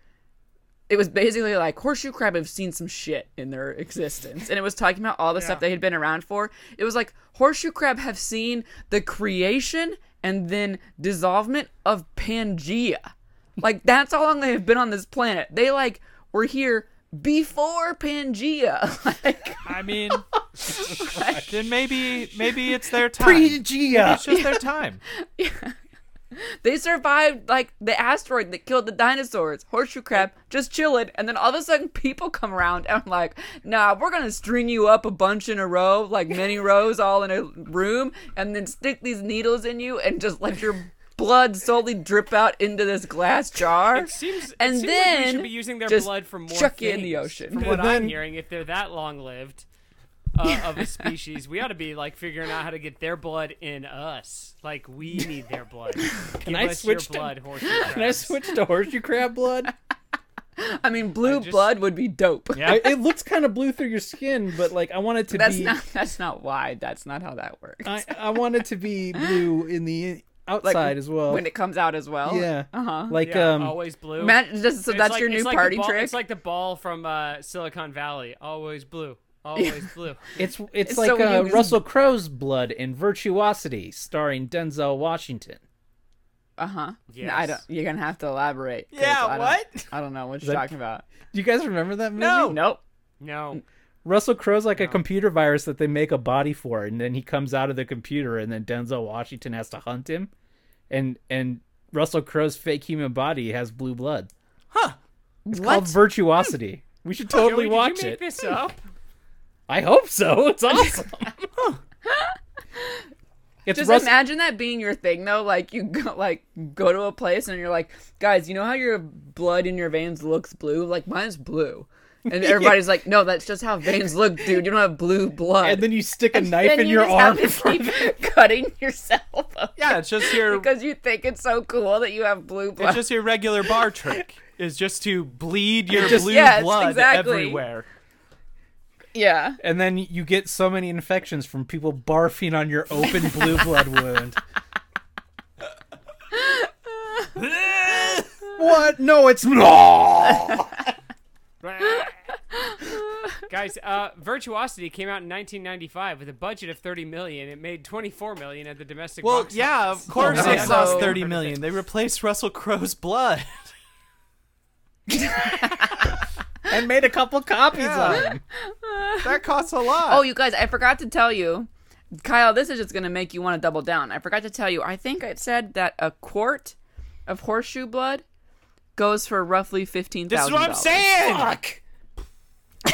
it was basically like horseshoe crab have seen some shit in their existence, and it was talking about all the stuff they had been around for. It was like horseshoe crab have seen the creation and then dissolvement of Pangea. Like that's how long they have been on this planet. They like were here before Pangea. like I mean, then maybe maybe it's their time. Pre-Gia. it's just their time. They survived like the asteroid that killed the dinosaurs. Horseshoe crab just chilling, and then all of a sudden people come around and I'm like, "Nah, we're gonna string you up a bunch in a row, like many rows all in a room, and then stick these needles in you and just let your blood slowly drip out into this glass jar." It seems it and seems then like we should be using their just blood for more chuck you in the things. ocean. From what And I'm then- hearing, if they're that long lived uh, of a species, we ought to be like figuring out how to get their blood in us. Like we need their blood. Can I switch to- your blood, horse? Can I switch to horseshoe crab blood? I mean, blue I just- blood would be dope. Yeah. I, it looks kind of blue through your skin, but like I want it to that's be. not that's not why. That's not how that works. Uh, I, I want it to be blue in the outside as well. when it comes out as well. yeah. Uh huh. Like Yeah, um. always blue. just, so It's that's like- your new it's like the party ball- trick. It's like the ball from uh, Silicon Valley. Always blue. Always blue. It's it's So like uh, you- Russell Crowe's Blood and Virtuosity, starring Denzel Washington. Uh huh. Yes. I don't. You're gonna have to elaborate. 'cause Yeah, I don't- what? I don't know what you're that- Oh. talking about. Do you guys remember that movie? Nope. No. Russell Crowe's like a computer virus that they make a body for, and then he comes out of the computer, and then Denzel Washington has to hunt him, and and Russell Crowe's fake human body has blue blood. It's Called Virtuosity. We should totally Joey, watch did you make it. this up? I hope so. It's awesome. it's Just Russ- imagine that being your thing though. Like you go, like go to a place and you're like, guys, you know how your blood in your veins looks blue? Like mine's blue. And everybody's like, no, that's just how veins look, dude. You don't have blue blood. and then you stick a knife Then in you your just arm. have to keep cutting yourself up Yeah, it's just your because you think it's so cool that you have blue blood. it's just your regular bar trick. Is just to bleed your Just- blue Yes, blood exactly. everywhere. yeah. and then you get so many infections from people barfing on your open blue blood wound. What? No, it's no. Guys, uh, Virtuosity came out in 1995 with a budget of 30 million. It made 24 million at the domestic. Well, box yeah, office. of course Oh, it no. cost thirty million. They replaced Russell Crowe's blood. and made a couple copies of Yeah. him. that costs a lot. Oh, you guys, I forgot to tell you, Kyle. This is just gonna make you want to double down. I forgot to tell you. I think I said that a quart of horseshoe blood goes for roughly fifteen thousand. this is what I'm saying.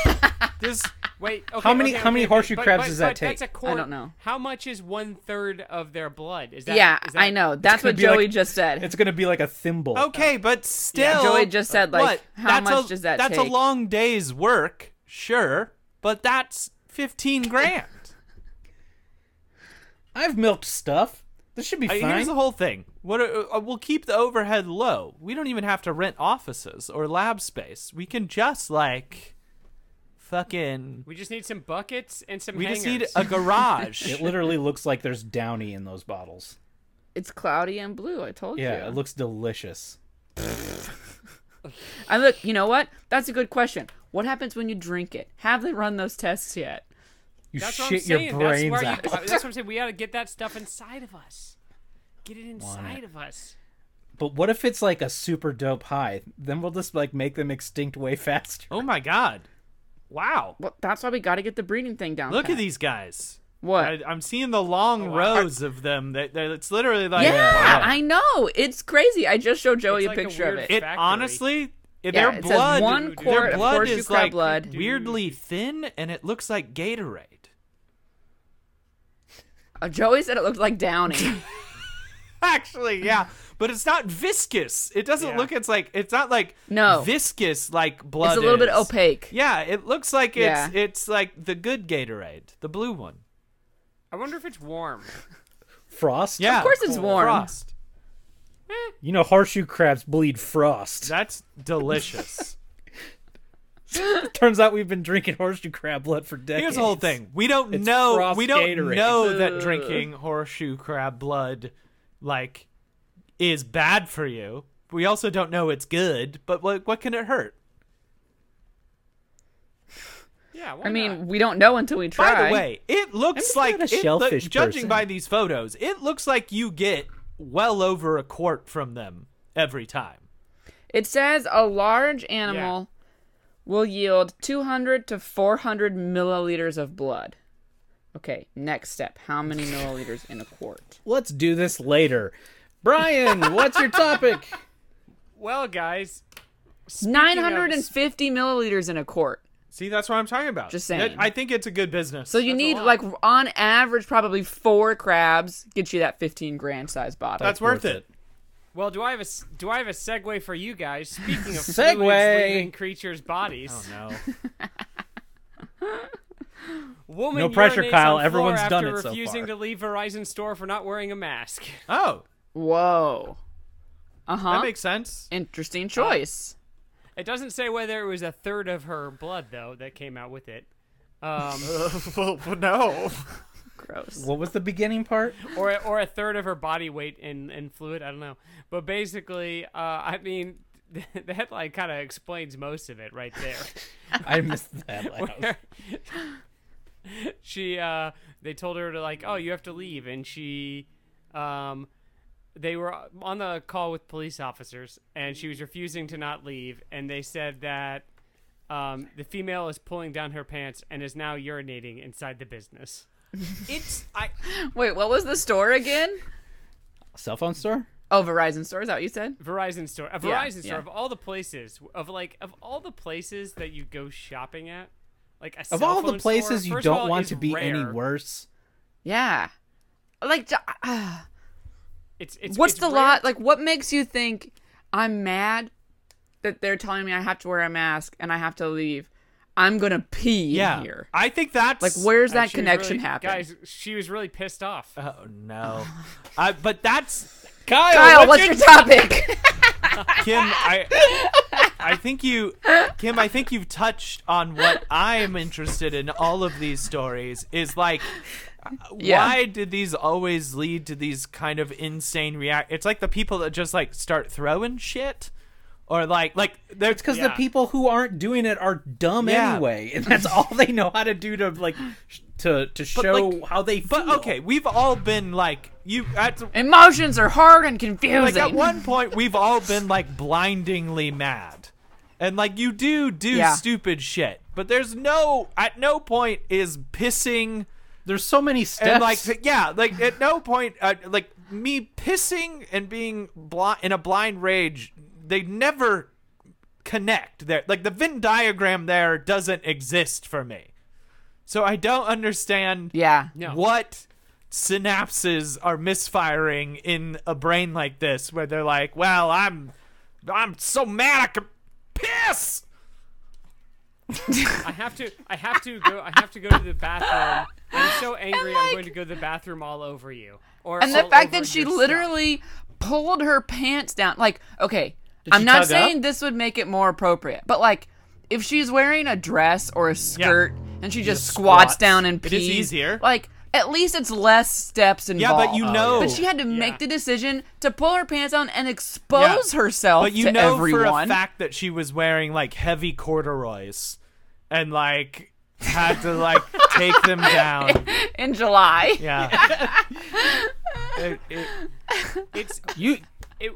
This wait. Okay, How many- okay, how many okay, horseshoe but- crabs but- does that but That's a take? quart. don't know. How much is one third of their blood? Is that Yeah, is that- I know. That's what gonna be like- Joey just said. It's gonna be like a thimble. Oh. Okay, but still, Joey just said, like, what? how That's much a, does that That's take? a long day's work, sure, but that's fifteen grand. I've milked stuff. This should be I- fine. here's the whole thing. What are, uh, we'll keep the overhead low. We don't even have to rent offices or lab space. We can just like fucking. We just need some buckets and some. We just need hangers. a garage. it literally looks like there's downy in those bottles. It's cloudy and blue. I told Yeah, you. it looks delicious. I look. You know what? That's a good question. What happens when you drink it? Have they run those tests yet? You That's what I'm shit your saying. That's, brains where out. you, that's what I'm saying. We got to get that stuff inside of us. Get it inside of us. But what if it's like a super dope high? Then we'll just like make them extinct way faster. oh my god! Wow! Well, that's why we got to get the breeding thing down. Look pat. at these guys. What? I, I'm seeing the long rows of them. That that- it's literally like yeah, wow. I know. It's crazy. I just showed It's Joey a like a picture of weird it. It Factory. honestly, it- Yeah, their it says blood, one quart their of blood horseshoe is crab like blood. weirdly thin, and it looks like Gatorade. Uh, Joey said it looked like Downy. Actually, yeah, but it's not viscous. It doesn't Yeah. look. It's like it's not like No. viscous like blood. it's a little bit is. opaque. Yeah, it looks like it's Yeah. it's like the good Gatorade, the blue one. I wonder if it's warm. Frost? Yeah, course it's warm. Frost. You know horseshoe crabs bleed frost. That's delicious. Turns out we've been drinking horseshoe crab blood for decades. Here's the whole thing. We don't It's know. frost We don't Gatorade. know that drinking horseshoe crab blood, like, is bad for you. We also don't know it's good. But what what can it hurt? Yeah. why I mean, not? we don't know until we try. By the way, it looks just like not a it shellfish look- judging person. by these photos, it looks like you get well over a quart from them every time. it says a large animal will yield 200 to 400 milliliters of blood. Okay, next step. How many milliliters in a quart? Let's do this later. Brian, what's your topic? well, guys. speaking of- 950 milliliters in a quart. See, that's what I'm talking about. Just saying. I think it's a good business. So you need, lot. like, on average, probably four crabs get you that 15 grand size bottle. that's worth it. Well, do I have a s- do I have a segue for you guys? Speaking of Segue. Oh, fluids leaving creatures' bodies, No. woman No pressure, urinates Kyle. on Everyone's floor done after it so refusing far. to leave Verizon store for not wearing a mask. Oh, Whoa. Uh that huh. makes sense. Interesting choice. It doesn't say whether it was a third of her blood though that came out with it, um, well, no. Gross. What was the beginning part? or or a third of her body weight in in fluid. I don't know, but basically, uh, I mean, the headline kind of explains most of it right there. I missed that. Loud. she uh they told her to like oh you have to leave and she um they were on the call with police officers and she was refusing to not leave and they said that um, the female is pulling down her pants and is now urinating inside the business. It's I. Wait, what was the store again? Cell phone store? Oh, Verizon store. Is that what you said? Verizon store, a Verizon Yeah, store yeah. of all the places of like of all the places that you go shopping at, like a Of cell all phone the places store, you first of don't all, want is to be any rare. worse. Yeah. Like, j- ah, It's, it's what's it's the rare lot? Like, what makes you think I'm mad that they're telling me I have to wear a mask and I have to leave? I'm gonna pee in Yeah. here. I think that's Like, where's Uh, that she was connection really- happen? Guys, she was really pissed off. Oh no. I, but that's Kyle, Kyle, what's your topic? Kim. I. I think you, Kim. I think you've touched on what I'm interested in. All of these stories is like Yeah. Why did these always lead to these kind of insane react? It's like the people that just like start throwing shit, or like like they're It's because the Yeah. people who aren't doing it are dumb Yeah. anyway, and that's all they know how to do to like sh- to to show like- how they. But feel. okay, we've all been like you at Emotions are hard and confusing. like at one point we've all been like blindingly mad. And like you do do Yeah. stupid shit. But there's no at no point is pissing there's so many steps. and like yeah, like at no point uh, like me pissing and being blind in a blind rage, they never connect there. Like the Venn diagram there doesn't exist for me. So I don't understand yeah. No. what synapses are misfiring in a brain like this where they're like well i'm i'm so mad i could piss I have to. I have to go. I have to go to the bathroom. I'm so angry. I'm going to go to the bathroom all over you. Or And the all fact over that she your stuff. literally pulled her pants down. Like, okay, I'm she not tug up? saying this would make it more appropriate, but like, if she's wearing a dress or a skirt and she just, squats, squats. down and It pees, is easier. Like, at least it's less steps yeah involved. but you know But she had to make the decision to pull her pants down and Yeah. expose herself but you to know for a everyone. fact that she was wearing like heavy corduroys and like had to like take them down in July. yeah It- it- It's you, it.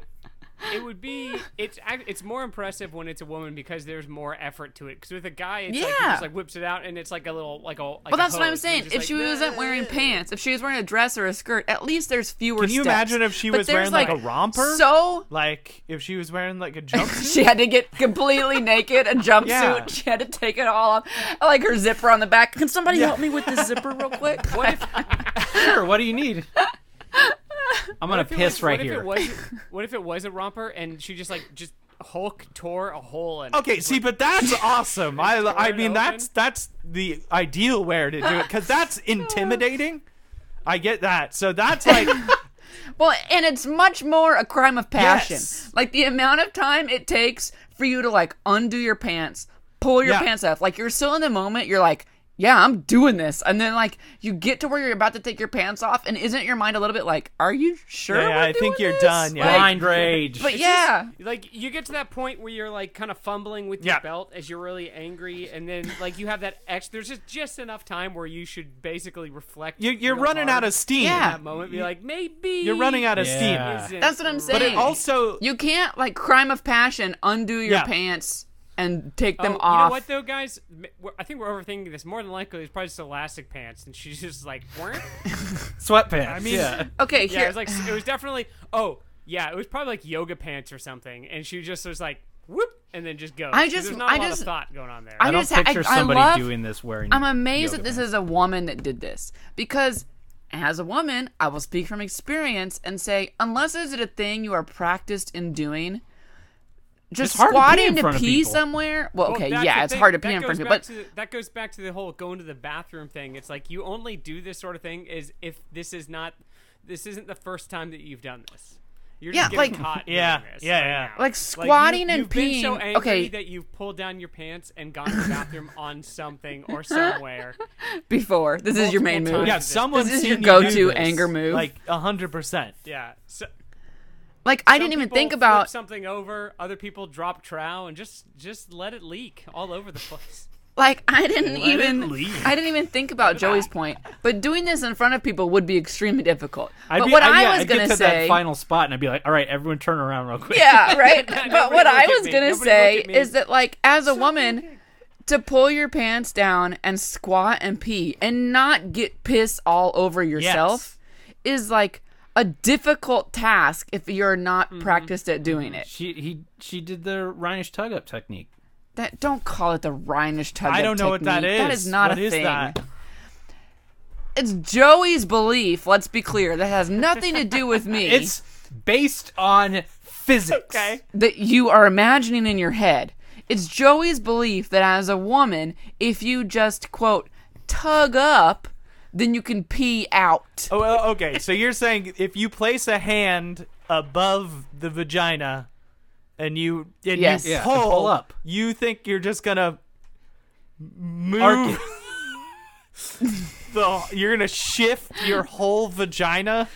It would be. It's ac- it's more impressive when it's a woman because there's more effort to it. Because with a guy, it's like he Yeah. just like whips it out and it's like a little like a. Like Well, that's what I'm saying. If she wasn't wearing pants, if she was wearing a dress or a skirt, at least there's fewer. can you steps. imagine if she But was there's, wearing like, a romper So like if she was wearing like a jumpsuit She had to get completely naked, a jumpsuit. Yeah. She had to take it all off, I like her zipper on the back. Can somebody Yeah. help me with this zipper real quick? What if sure. What do you need? I'm gonna if it piss was- right what here. If it was, what if it was a romper and she just like just Hulk tore a hole Oh, in? it? Okay, see, but that's awesome. I, tore I it mean, open. that's that's the ideal where to do it because that's intimidating. I get that. So that's like, Well, and it's much more a crime of passion. Yes. Like the amount of time it takes for you to like undo your pants, pull your Yeah. pants off. Like you're still in the moment. You're like, yeah, I'm doing this, and then like you get to where you're about to take your pants off, and isn't your mind a little bit like, are you sure? Yeah, we're I think doing you're this? done, yeah. Like, Blind rage. but yeah, Like you get to that point where you're like kind of fumbling with Yeah. your belt as you're really angry, and then like you have that ex. There's just just enough time where you should basically reflect. you're, you're real running hard out of steam. in Yeah. that moment. Be like, maybe You're running out of Yeah. steam. isn't That's what I'm right. saying. But it also, You can't like crime of passion undo your Yeah. pants and take them Oh, off. You know what though, guys? M- we're- I think we're overthinking this. More than likely, it's probably just elastic pants, and she's just like, weren't. Sweatpants. I mean, yeah. Okay, Yeah, here. it was like it was definitely. Oh, yeah, it was probably like yoga pants or something, and she just was like, whoop, and then just goes. I 'Cause just- there's not a I lot just- of thought going on there. I I'm don't just ha- I- picture I somebody love- doing this wearing. I'm amazed yoga that this pants. is a woman that did this because, as a woman, I will speak from experience and say, unless is it a thing you are practiced in doing, just It's hard to pee in squatting to pee, front of people. somewhere. Well, Well, okay, Oh, that's the yeah, it's thing. hard to pee That in goes front of people, back but to the- that goes back to the whole going to the bathroom thing. It's like you only do this sort of thing is if this is not this isn't the first time that you've done this. You're just Yeah, getting like- caught. Yeah, doing this yeah, right yeah. now. like squatting you, and you've been so peeing. angry okay, that you've pulled down your pants and gone to the bathroom on something or somewhere. before this is your main multiple move. yeah, times. someone's This is seen your you do go-to this. anger move. Like hundred percent. Yeah. So, Like I some didn't even people think flip about something over. Other people drop trow and just just let it leak all over the place. Like I didn't it even leak. I didn't even think about Joey's point, but doing this in front of people would be extremely difficult. I'd but be, what I, I, yeah, was I'd gonna get to say, that final spot and I'd be like, all right, everyone turn around real quick. yeah, right. but Nobody look what I at was me. gonna Nobody say look at me. is that like as a woman, to pull your pants down and squat and pee and not get piss all over yourself is like a difficult task if you're not practiced at doing it. She he she did the Rhinish tug up technique. That don't call it the Rhinish tug. I don't know what that is. That is not What a is thing. that? It's Joey's belief. Let's be clear. That has nothing to do with me. It's based on physics. Okay. that you are imagining in your head. It's Joey's belief that as a woman, if you just quote tug up, then you can pee out. Oh, well, okay. So you're saying if you place a hand above the vagina and you and Yes. you Yeah, to pull, pull up. you think you're just gonna move Arc it. the you're gonna shift your whole vagina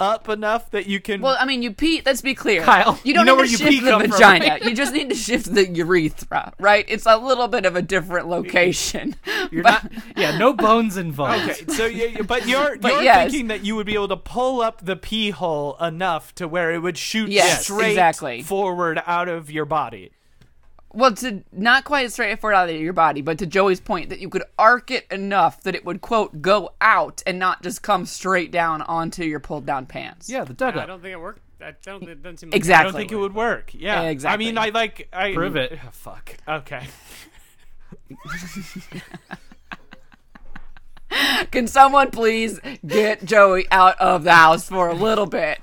up enough that you can Well, I mean, you pee. Let's be clear, Kyle, You don't you know need where to you pee shift the come from, vagina. You just need to shift the urethra, right? It's a little bit of a different location. You're But- not. Yeah, no bones involved. Okay, so you, you- but you're you're yes. thinking that you would be able to pull up the pee hole enough to where it would shoot Yes, straight exactly. forward out of your body. Well, to not quite straightforward out of your body, but to Joey's point, that you could arc it enough that it would quote go out and not just come straight down onto your pulled down pants. Yeah, the dug I up. don't think it worked. I don't. It doesn't seem like I Exactly. don't think it would work. Yeah, Exactly. I mean, I like I Prove it. Fuck. Okay. Can someone please get Joey out of the house for a little bit?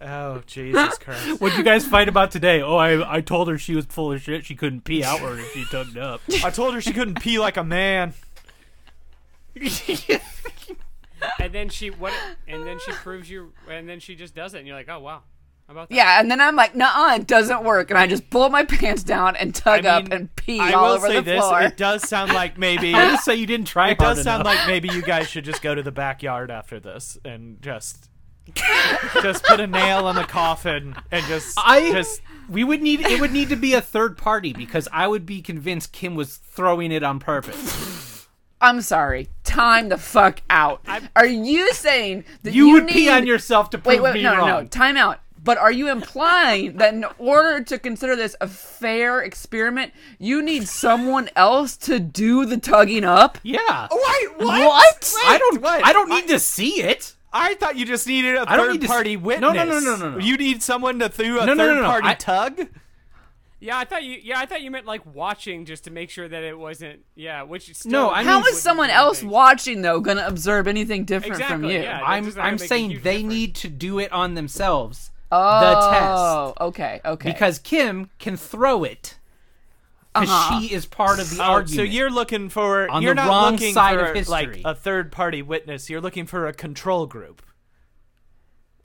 Oh Jesus Christ! What'd you guys fight about today? Oh, I I told her she was full of shit. She couldn't pee outward if she tugged up. I told her she couldn't pee like a man. And then she what? And then she proves you. And then she just does it, and you're like, oh wow, how about that? yeah, and then I'm like, nah, it doesn't work, and I just pull my pants down and tug I mean, up and pee I all will over say the this: floor. it does sound like maybe. Just say you didn't try It hard does sound enough. like maybe you guys should just go to the backyard after this and just just put a nail in the coffin and just I just we would need it would need to be a third party because I would be convinced Kim was throwing it on purpose. I'm sorry. Time the fuck out. are you saying that You, you, would need... pee on yourself to prove Wait, wait, me no, no, wrong. no. Time out. But are you implying that in order to consider this a fair experiment, you need someone else to do the tugging up? Yeah. Wait, what? I don't. Wait, I don't need to see it. I thought you just needed a I don't third need to s- party No, witness. no, no, no, no, no. You need someone to do a No, no, third no, no, party I- Oh, tug. Yeah, I thought you. Yeah, I thought you meant like watching just to make sure that it wasn't. Yeah, which is still No, I How mean- is someone else watching? watching though gonna observe anything different from Exactly, you? yeah. That I'm. does not I'm make a saying huge they difference. need to do it on themselves. the test. Oh, okay, okay. because Kim can throw it because Uh-huh. she is part of the Oh, argument. so you're looking for On you're the not wrong looking side for of history. like a third party witness. You're looking for a control group.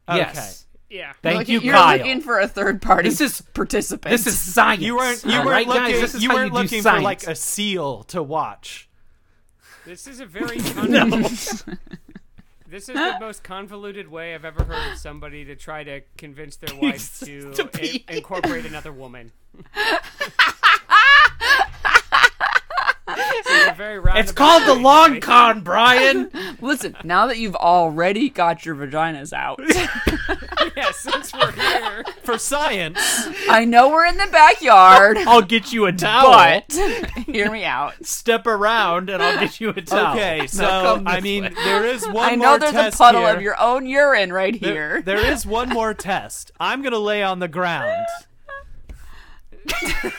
yes. Yeah. Thank Look, you, you're Kyle. looking for a third party. This is- participant. this is science. You weren't you all weren't right, looking guys. This is you how weren't do looking for science. like a seal to watch. This is a very convoluted. this is the most convoluted way I've ever heard of somebody to try to convince their wife to, To be- i- incorporate another woman. This is a very It's roundabout called the way. long con, Brian. Listen, now that you've already got your vaginas out, Yeah, since we're here, For science. I know we're in the backyard, I'll get you a towel. but hear me out. Step around, and I'll get you a towel. Okay, so come I this mean way. there is one I know more there's a test puddle here. of your own urine right There- here. there is one more test. I'm gonna lay on the ground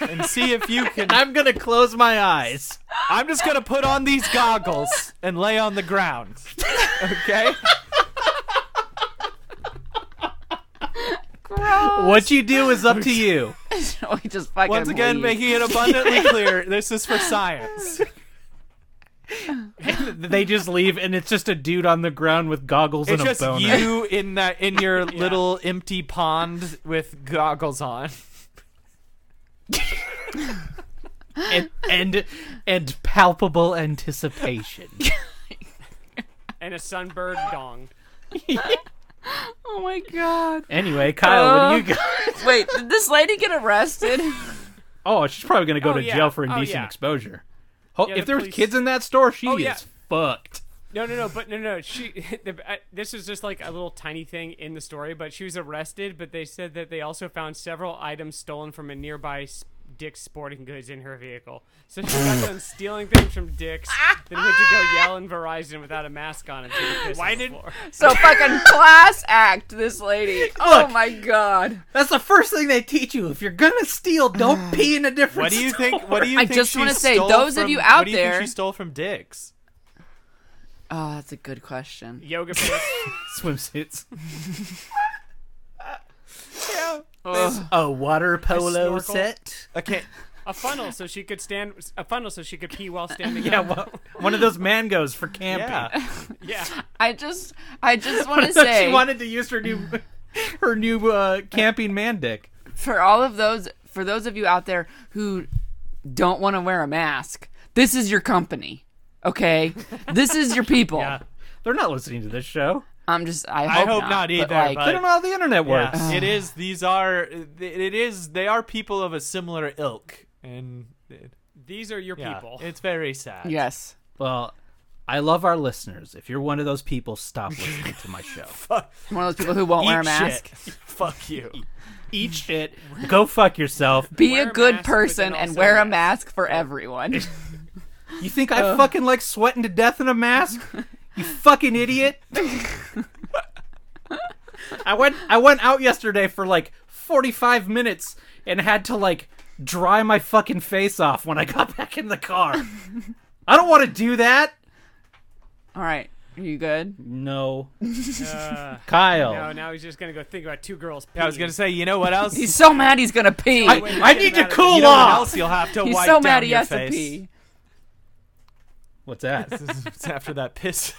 and see if you can. I'm gonna close my eyes. I'm just gonna put on these goggles and lay on the ground. Okay. Gross. What you do is up to you. we Oh, just fucking Once again, leave. making it abundantly clear this is for science. They just leave, and it's just a dude on the ground with goggles It's and a just boner. you in that in your little empty pond with goggles on. and, and and palpable anticipation. and a sunbird dong. Oh my god. Uh, Anyway, Kyle, what do you got? Wait, did this lady get arrested? Oh, she's probably gonna go Oh, to yeah. jail for Oh, indecent yeah. exposure. Ho- Yeah, if the there was police- kids in that store, she Oh, is yeah. fucked. No, no, no, but no, no. She, the, I, this was just like a little tiny thing in the story, but she was arrested. But they said that they also found several items stolen from a nearby s- Dick's Sporting Goods in her vehicle. So she got done stealing things from Dick's, then went to go yell in Verizon without a mask on and took a piss Why on the did- floor. so fucking class act, this lady. oh my god. That's the first thing they teach you. If you're gonna steal, don't pee in a different. What do you think? What do you? I think just she wanna say, stole those of from- you out what do you think there- she stole from dicks. Oh, that's a good question. yoga pants? swimsuits? Ugh. A water polo snorkel? set. Okay. a funnel so she could stand, a funnel so she could pee while standing. Yeah, up. wha- one of those mangoes for camping. Yeah. yeah. I just I just want to she say wanted to use her new, her new uh, camping man dick. for all of those for those of you out there who don't want to wear a mask, this is your company. Okay, this is your people. Yeah. They're not listening to this show. I'm just. I I hope, hope not, not but, either, like, but- They don't know how the internet works. Yeah, it is. These are. It is. They are people of a similar ilk, and it- These are your yeah, people. it's very sad. yes. Well, I love our listeners. If you're one of those people, stop listening to my show. Fuck, I'm one of those people who won't wear a eat mask. shit. Fuck you. Eat shit. Go fuck yourself. Be Wear a a good mask, but person then and also wear a mask. mask for everyone. You think I Uh. fucking like sweating to death in a mask? You fucking idiot. I went I went out yesterday for like 45 minutes and had to like dry my fucking face off when I got back in the car. I don't want to do that. All right, are you good? No. Uh, Kyle. no, now he's just gonna go think about two girls. I was gonna peeing. say, you know what else? He's so mad he's gonna pee. I, I get him need to out of it. cool you know what off. else you'll have to he's wipe so down mad he your has face. to pee. What's that? It's after that piss.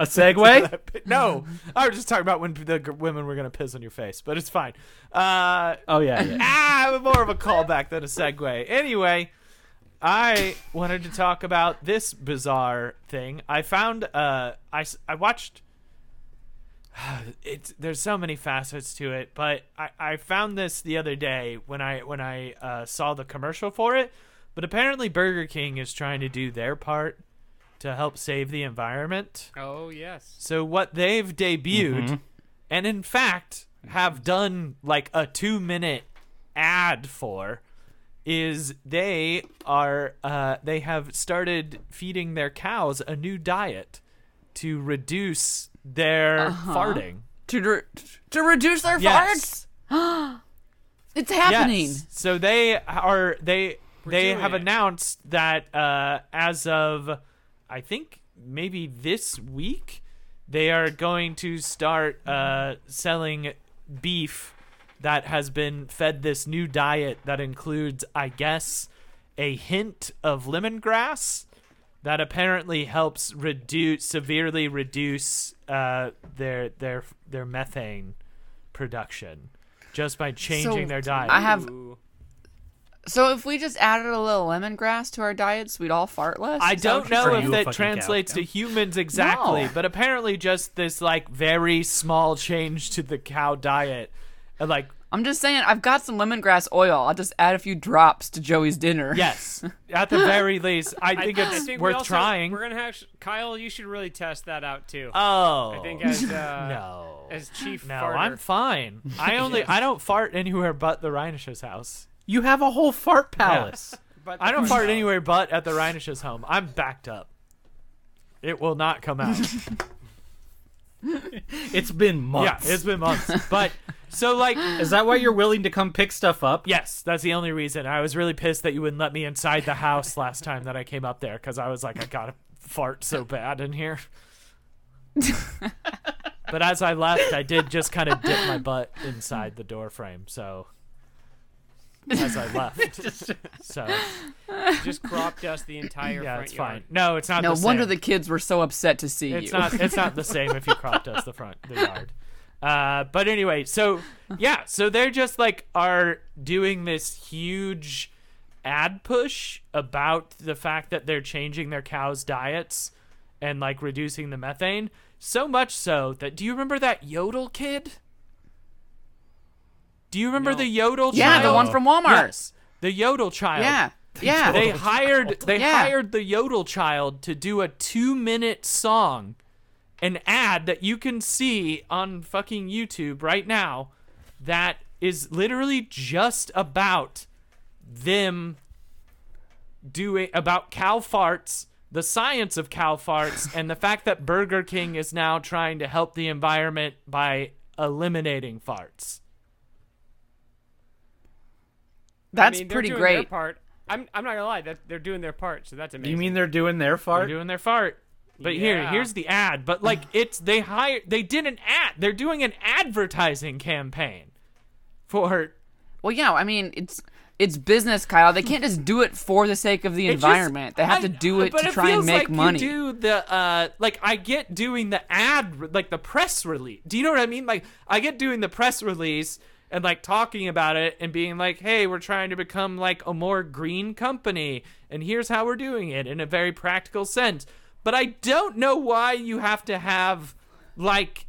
A segue? That pi- no, I was just talking about when the g- women were gonna piss on your face, but it's fine. Uh, Oh yeah. yeah. ah, more of a callback than a segue. Anyway, I wanted to talk about this bizarre thing. I found. Uh, I s- I watched. It's there's so many facets to it, but I I found this the other day when I when I uh, saw the commercial for it. But apparently, Burger King is trying to do their part to help save the environment. Oh yes. So what they've debuted, and in fact have done like a two minute ad for, is they are uh, they have started feeding their cows a new diet to reduce their farting. To re- to reduce their Yes. farts. it's happening. Yes. So they are they they doing have it. announced that uh, as of I think maybe this week they are going to start uh, selling beef that has been fed this new diet that includes I guess a hint of lemongrass that apparently helps reduce severely reduce uh, their their their methane production just by changing their diet. I have. Ooh. So if we just added a little lemongrass to our diets, we'd all fart less. I Is that don't what you're know saying? if You a that fucking translates cow. to humans exactly, No. but apparently just this like very small change to the cow diet. And, Like I'm just saying I've got some lemongrass oil. I'll just add a few drops to Joey's dinner. yes, at the very least, I think it's I think we worth also- trying. We're gonna have Kyle. You should really test that out too. Oh, I think as uh, no, as chief no, farter. I'm fine. I only I don't fart anywhere but the Rhinosha's house. You have a whole fart palace. But I don't fart anywhere but at the Rhinosha's home. I'm backed up. It will not come out. It's been yeah, months. it's been months. But so like Is that why you're willing to come pick stuff up? Yes, that's the only reason. I was really pissed that you wouldn't let me inside the house last time that I came up there because I was like, I gotta fart so bad in here. but as I left, I did just kind of dip my butt inside the door frame. So as I left, so Just crop dust the entire yeah, front it's yard. fine. No, it's not. No the wonder same. the kids were so upset to see It's you. not. It's not the same if you crop dust the front the yard. Uh, but anyway, so yeah, so they're just like are doing this huge ad push about the fact that they're changing their cows' diets and like reducing the methane. So much so that do you remember that yodel kid? Do you remember the yodel? yeah, the child? one from Walmart. Yes, the yodel child. Yeah. Yeah. They hired they Yeah. hired the Yodel Child to do a two minute song, an ad that you can see on fucking YouTube right now, that is literally just about them doing about cow farts, the science of cow farts, and the fact that Burger King is now trying to help the environment by eliminating farts. I That's mean, they're pretty doing Their great. part. I'm I'm not gonna lie. That they're doing their part, so that's amazing. You mean they're doing their They're fart? doing their fart. But here, Yeah. here's the ad. But like, it's they hire. They did an ad. They're doing an advertising campaign for Well, yeah, I mean, it's it's business, Kyle. They can't just do it for the sake of the It just- environment. they have I- to do it but to try feels and make like you money. do the uh, like I get doing the ad, re- like the press release. Do you know what I mean? Like I get doing the press release, and like talking about it and being like, "Hey, we're trying to become like a more green company, and here's how we're doing it in a very practical sense." But I don't know why you have to have like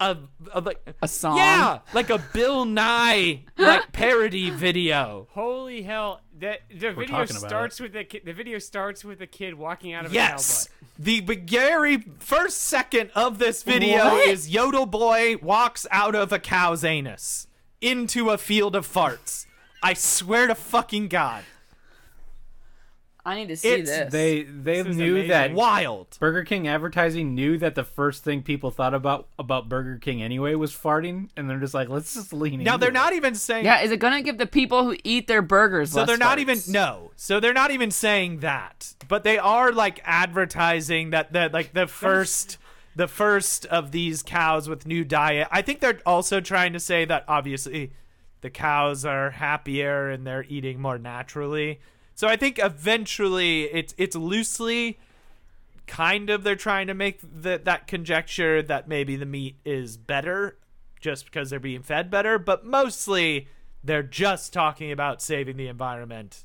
a, a like A song. yeah, like a Bill Nye like parody video. Holy hell! That the video talking about starts with the ki- the video starts with a kid walking out of Yes. a cow The b- very first second of this video What? is Yodel Boy walks out of a cow's anus into a field of farts. I swear to fucking God. I need to see It's- this. They they is knew amazing. that Wild. Burger King advertising knew that the first thing people thought about about Burger King anyway was farting, and they're just like, let's just lean. Now into they're it." not even saying yeah, is it gonna give the people who eat their burgers? So less they're not even farts? no. So they're not even saying that. But they are like advertising that the like the first the first of these cows with new diet. I think they're also trying to say that obviously the cows are happier and they're eating more naturally. So I think eventually it's it's loosely kind of they're trying to make the, that conjecture that maybe the meat is better just because they're being fed better, but mostly they're just talking about saving the environment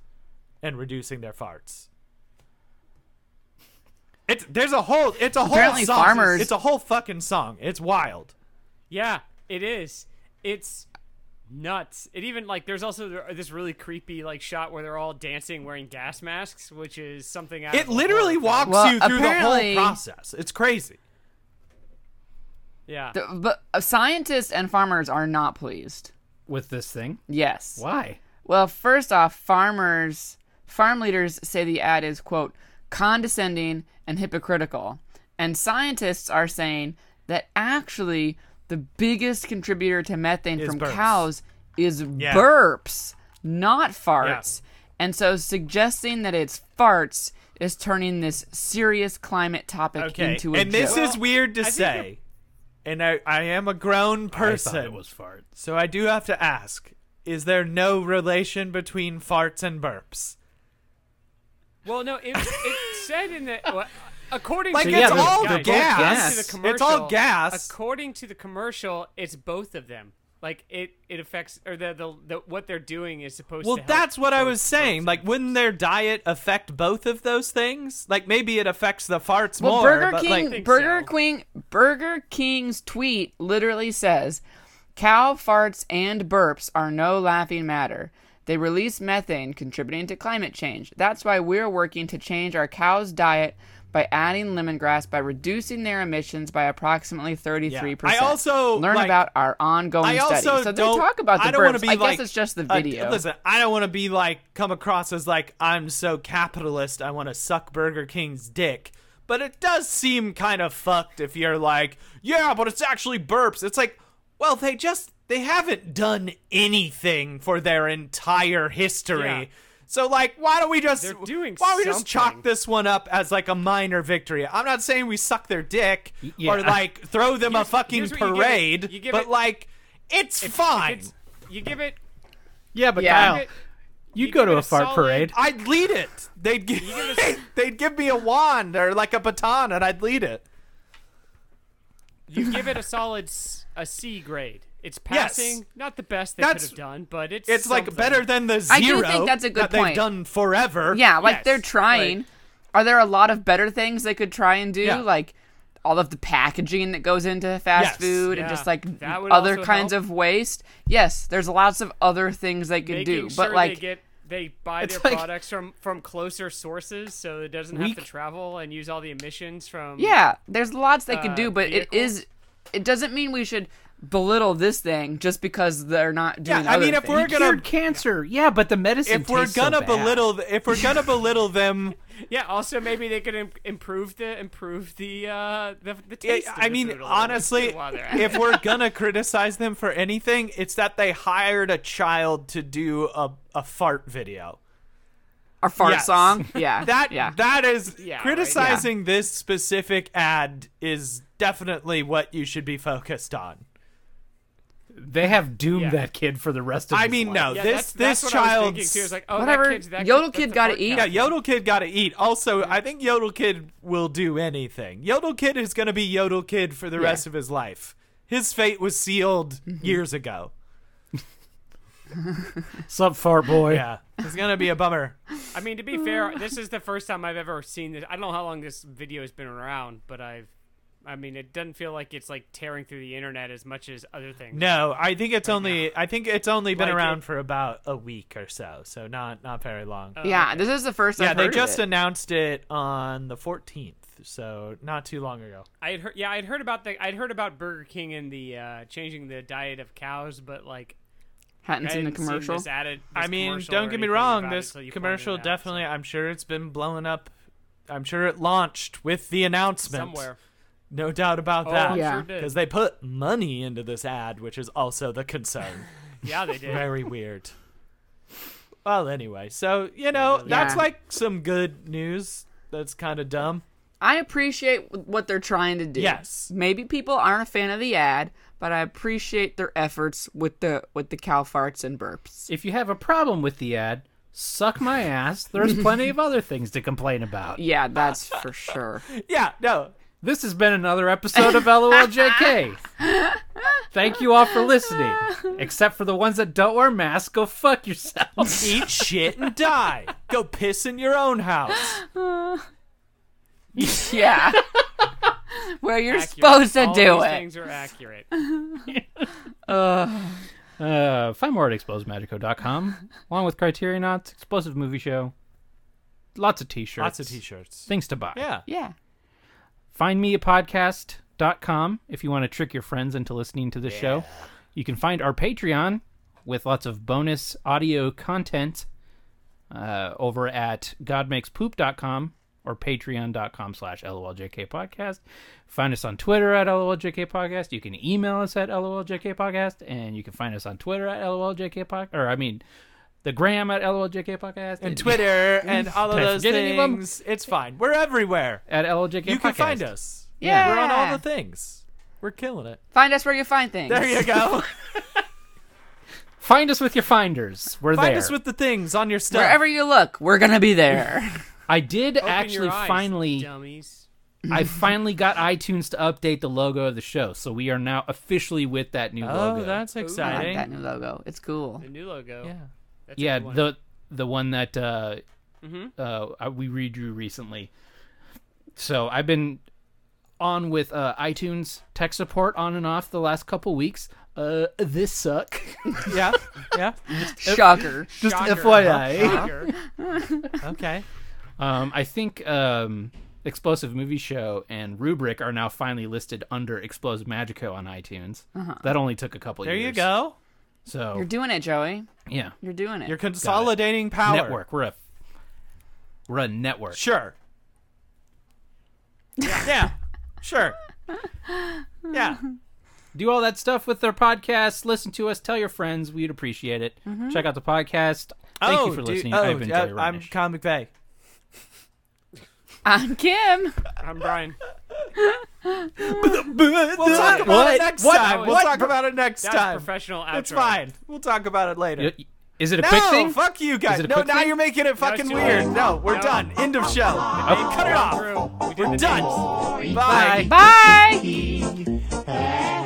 and reducing their farts. It's there's a whole it's a whole Apparently song. farmers- It's a whole fucking song. It's wild. Yeah, it is. It's nuts. It even like there's also th- this really creepy like shot where they're all dancing wearing gas masks, which is something out It of a horror literally film. walks Well, you through the whole apparently- process. It's crazy. Yeah. The- but uh, scientists and farmers are not pleased. with this thing. Yes. Why? Well, first off, farmers, farm leaders say the ad is, quote, condescending and hypocritical. And scientists are saying that actually the biggest contributor to methane from burps. cows is burps, not farts. And so suggesting that it's farts is turning this serious climate topic Okay. into a and this joke. is weird to say. And I, I am a grown person. I thought it was farts. So I do have to ask, is there no relation between farts and burps? Well, no, it, it said in the well, according Like, to it's the, all guys, gas. according to the It's all commercial- gas. According to the commercial, it's both of them. Like it, it affects or the the, the what they're doing is supposed Well, to. help that's what I both was saying. parts. Like, wouldn't their diet affect both of those things? Like, maybe it affects the farts Well, more. Burger but, King, like, Burger so. King, Burger King's tweet literally says, "Cow farts and burps are no laughing matter. They release methane, contributing to climate change. That's why we're working to change our cow's diet by adding lemongrass by reducing their emissions by approximately thirty-three percent. I also, learn like- about our ongoing I also study. So they don't, talk about the I don't burps. wanna Be I like, guess it's just the uh, video. listen, I don't want to be like come across as like I'm so capitalist. I want to suck Burger King's dick. But it does seem kind of fucked if you're like, yeah, but it's actually burps. It's like, well, they just they haven't done anything for their entire history. Yeah. So like, why don't we just They're doing why don't we just chalk something. this one up as like a minor victory? I'm not saying we suck their dick yeah, or I- like throw them a Here's- fucking here's what you give it. parade, You give but it- like it's fine. It's- you give it. Yeah, but Yeah. Kyle, It, you'd you go give to it a a fart solid- parade. I'd lead it. They'd give they'd give me a wand or like a baton, and I'd lead it. you give it a solid s- a C grade. It's Yes. passing. Not the best they could That's- have done, but it's It's like something. better than the I do zero think that's a good that they've point. done forever. Yeah, like Yes, they're trying. Are there a lot of better things they could try and do? Yeah. Like all of the packaging that goes into fast Yes, food and yeah. just like That would other also kinds help. of waste. Yes, there's lots of other things they can Making do. sure But like they get they buy It's their like- products from from closer sources, so it doesn't have We to c- travel and use all the emissions from. yeah, there's lots they uh, could do, but it vehicles. is it doesn't mean we should belittle this thing just because they're not doing I other mean, if things. we're It gonna- cured cancer. Yeah, but the medicine. If we're tastes so gonna bad. belittle, th- if we're gonna belittle them, Yeah. Also, maybe they could Im- improve the improve the uh the the I- taste. of I the mean, food a little honestly, bit while they're at it. if we're gonna criticize them for anything, it's that they hired a child to do a a fart video. our fart yes. song, yeah, that yeah. that is Yeah, right. criticizing this specific ad is definitely what you should be focused on. they have doomed Yeah. that kid for the rest of. I his mean, life. no, Yeah, this that's, that's this what I was child's thinking too. It's like, oh, Whatever. That kid's, that Yodel kid, kid gotta eat. yeah, Yodel Kid got to eat. Also, I think Yodel Kid will do anything. Yodel Kid is going to be Mm-hmm. Yodel Kid for the rest of his life. His fate was sealed years ago. Sup, fart boy. Yeah, it's gonna be a bummer. I mean, to be fair, this is the first time I've ever seen this. I don't know how long this video has been around, but I've. I mean, it doesn't feel like it's like tearing through the internet as much as other things. No, I think it's only I think it's only been Like around it- for about a week or so, so not not very long. Uh, yeah, this is the first. uh, yeah, I've they heard of just it. announced it on the 14th, so not too long ago. I had heard, yeah, I'd heard about the, I'd heard about Burger King and the uh, changing the diet of cows, but like hadn't I seen the hadn't seen commercial. this added, this I mean, commercial don't or get me anything wrong, about it this till you pointed commercial it out, so- definitely I'm sure it's been blowing up. I'm sure it launched with the announcement. somewhere. No doubt about Oh, that. I'm Yeah. sure it did. Because they put money into this ad, which is also the concern. yeah, they did. Very weird. Well, anyway, so you know that's Yeah. like some good news. That's kind of dumb. I appreciate what they're trying to do. Yes. Maybe people aren't a fan of the ad, but I appreciate their efforts with the with the cow farts and burps. If you have a problem with the ad, suck my ass. There's plenty of other things to complain about. Yeah, that's for sure. Yeah, no, This has been another episode of LOLJK. Thank you all for listening. Except for the ones that don't wear masks, go fuck yourself. eat shit and die. Go piss in your own house. Yeah. Where you're Accurate. supposed to All do these it. Things are accurate. Uh, find more at exposedmagico.com, along with Criterionauts, Explosive Movie Show, lots of t-shirts, Lots of t-shirts. things to buy. Yeah. Yeah. Find me at podcast.com if you want to trick your friends into listening to this show. You can find our Patreon with lots of bonus audio content uh, over at godmakepoop.com or patreon.com slash loljk podcast. Find us on Twitter at loljk podcast. You can email us at loljk podcast and you can find us on Twitter at loljk podcast or I mean the gram at loljk podcast And Twitter and all of Did I those forget any of 'em? things. It's fine. We're everywhere. at loljk you can podcast. find us. Yeah. We're on all the things. We're killing it. Find us where you find things. There you go. Find us with your finders. We're Find there. us with the things on your stuff. Wherever you look, we're gonna be there. I did Open actually your eyes, finally dummies. I finally got iTunes to update the logo of the show, so we are now officially with that new oh, logo. that's I like exciting. that new logo. It's cool. The new logo. yeah. That's a yeah, good one. Mm-hmm. the the one that uh, uh, I- we redrew recently. So I've been on with uh, iTunes tech support on and off the last couple weeks. Uh, this suck. Yeah. Yeah. Shocker. Just Shocker. FYI. Shocker. Okay. Um, I think um, Explosive Movie Show and Rubric are now finally listed under Explosive Magico on iTunes. That only took a couple There years. you go. So Uh-huh. You're doing it, Joey. yeah, You're doing it. You're consolidating power. network. We're a we're a network. Sure. Yeah. Sure. Yeah. Do all that stuff with their podcast. Listen to us. Tell your friends. We'd appreciate it. Mm-hmm. Check out the podcast. Thank oh, you for do- listening. oh, I've been Joey uh, I'm Reinish. Con McVeigh. I'm Kim. I'm Brian. We'll talk about What? it next What? time. We'll What? talk about it next That's time. professional outro. It's fine. We'll talk about it later. Y- Is it a no, quick thing? fuck you Is guys. it a No, quick now thing? you're making it fucking too weird. late. No, we're No. done. End of show. Cut it off. Through. We did We're the dance. done. Bye. Bye. Bye.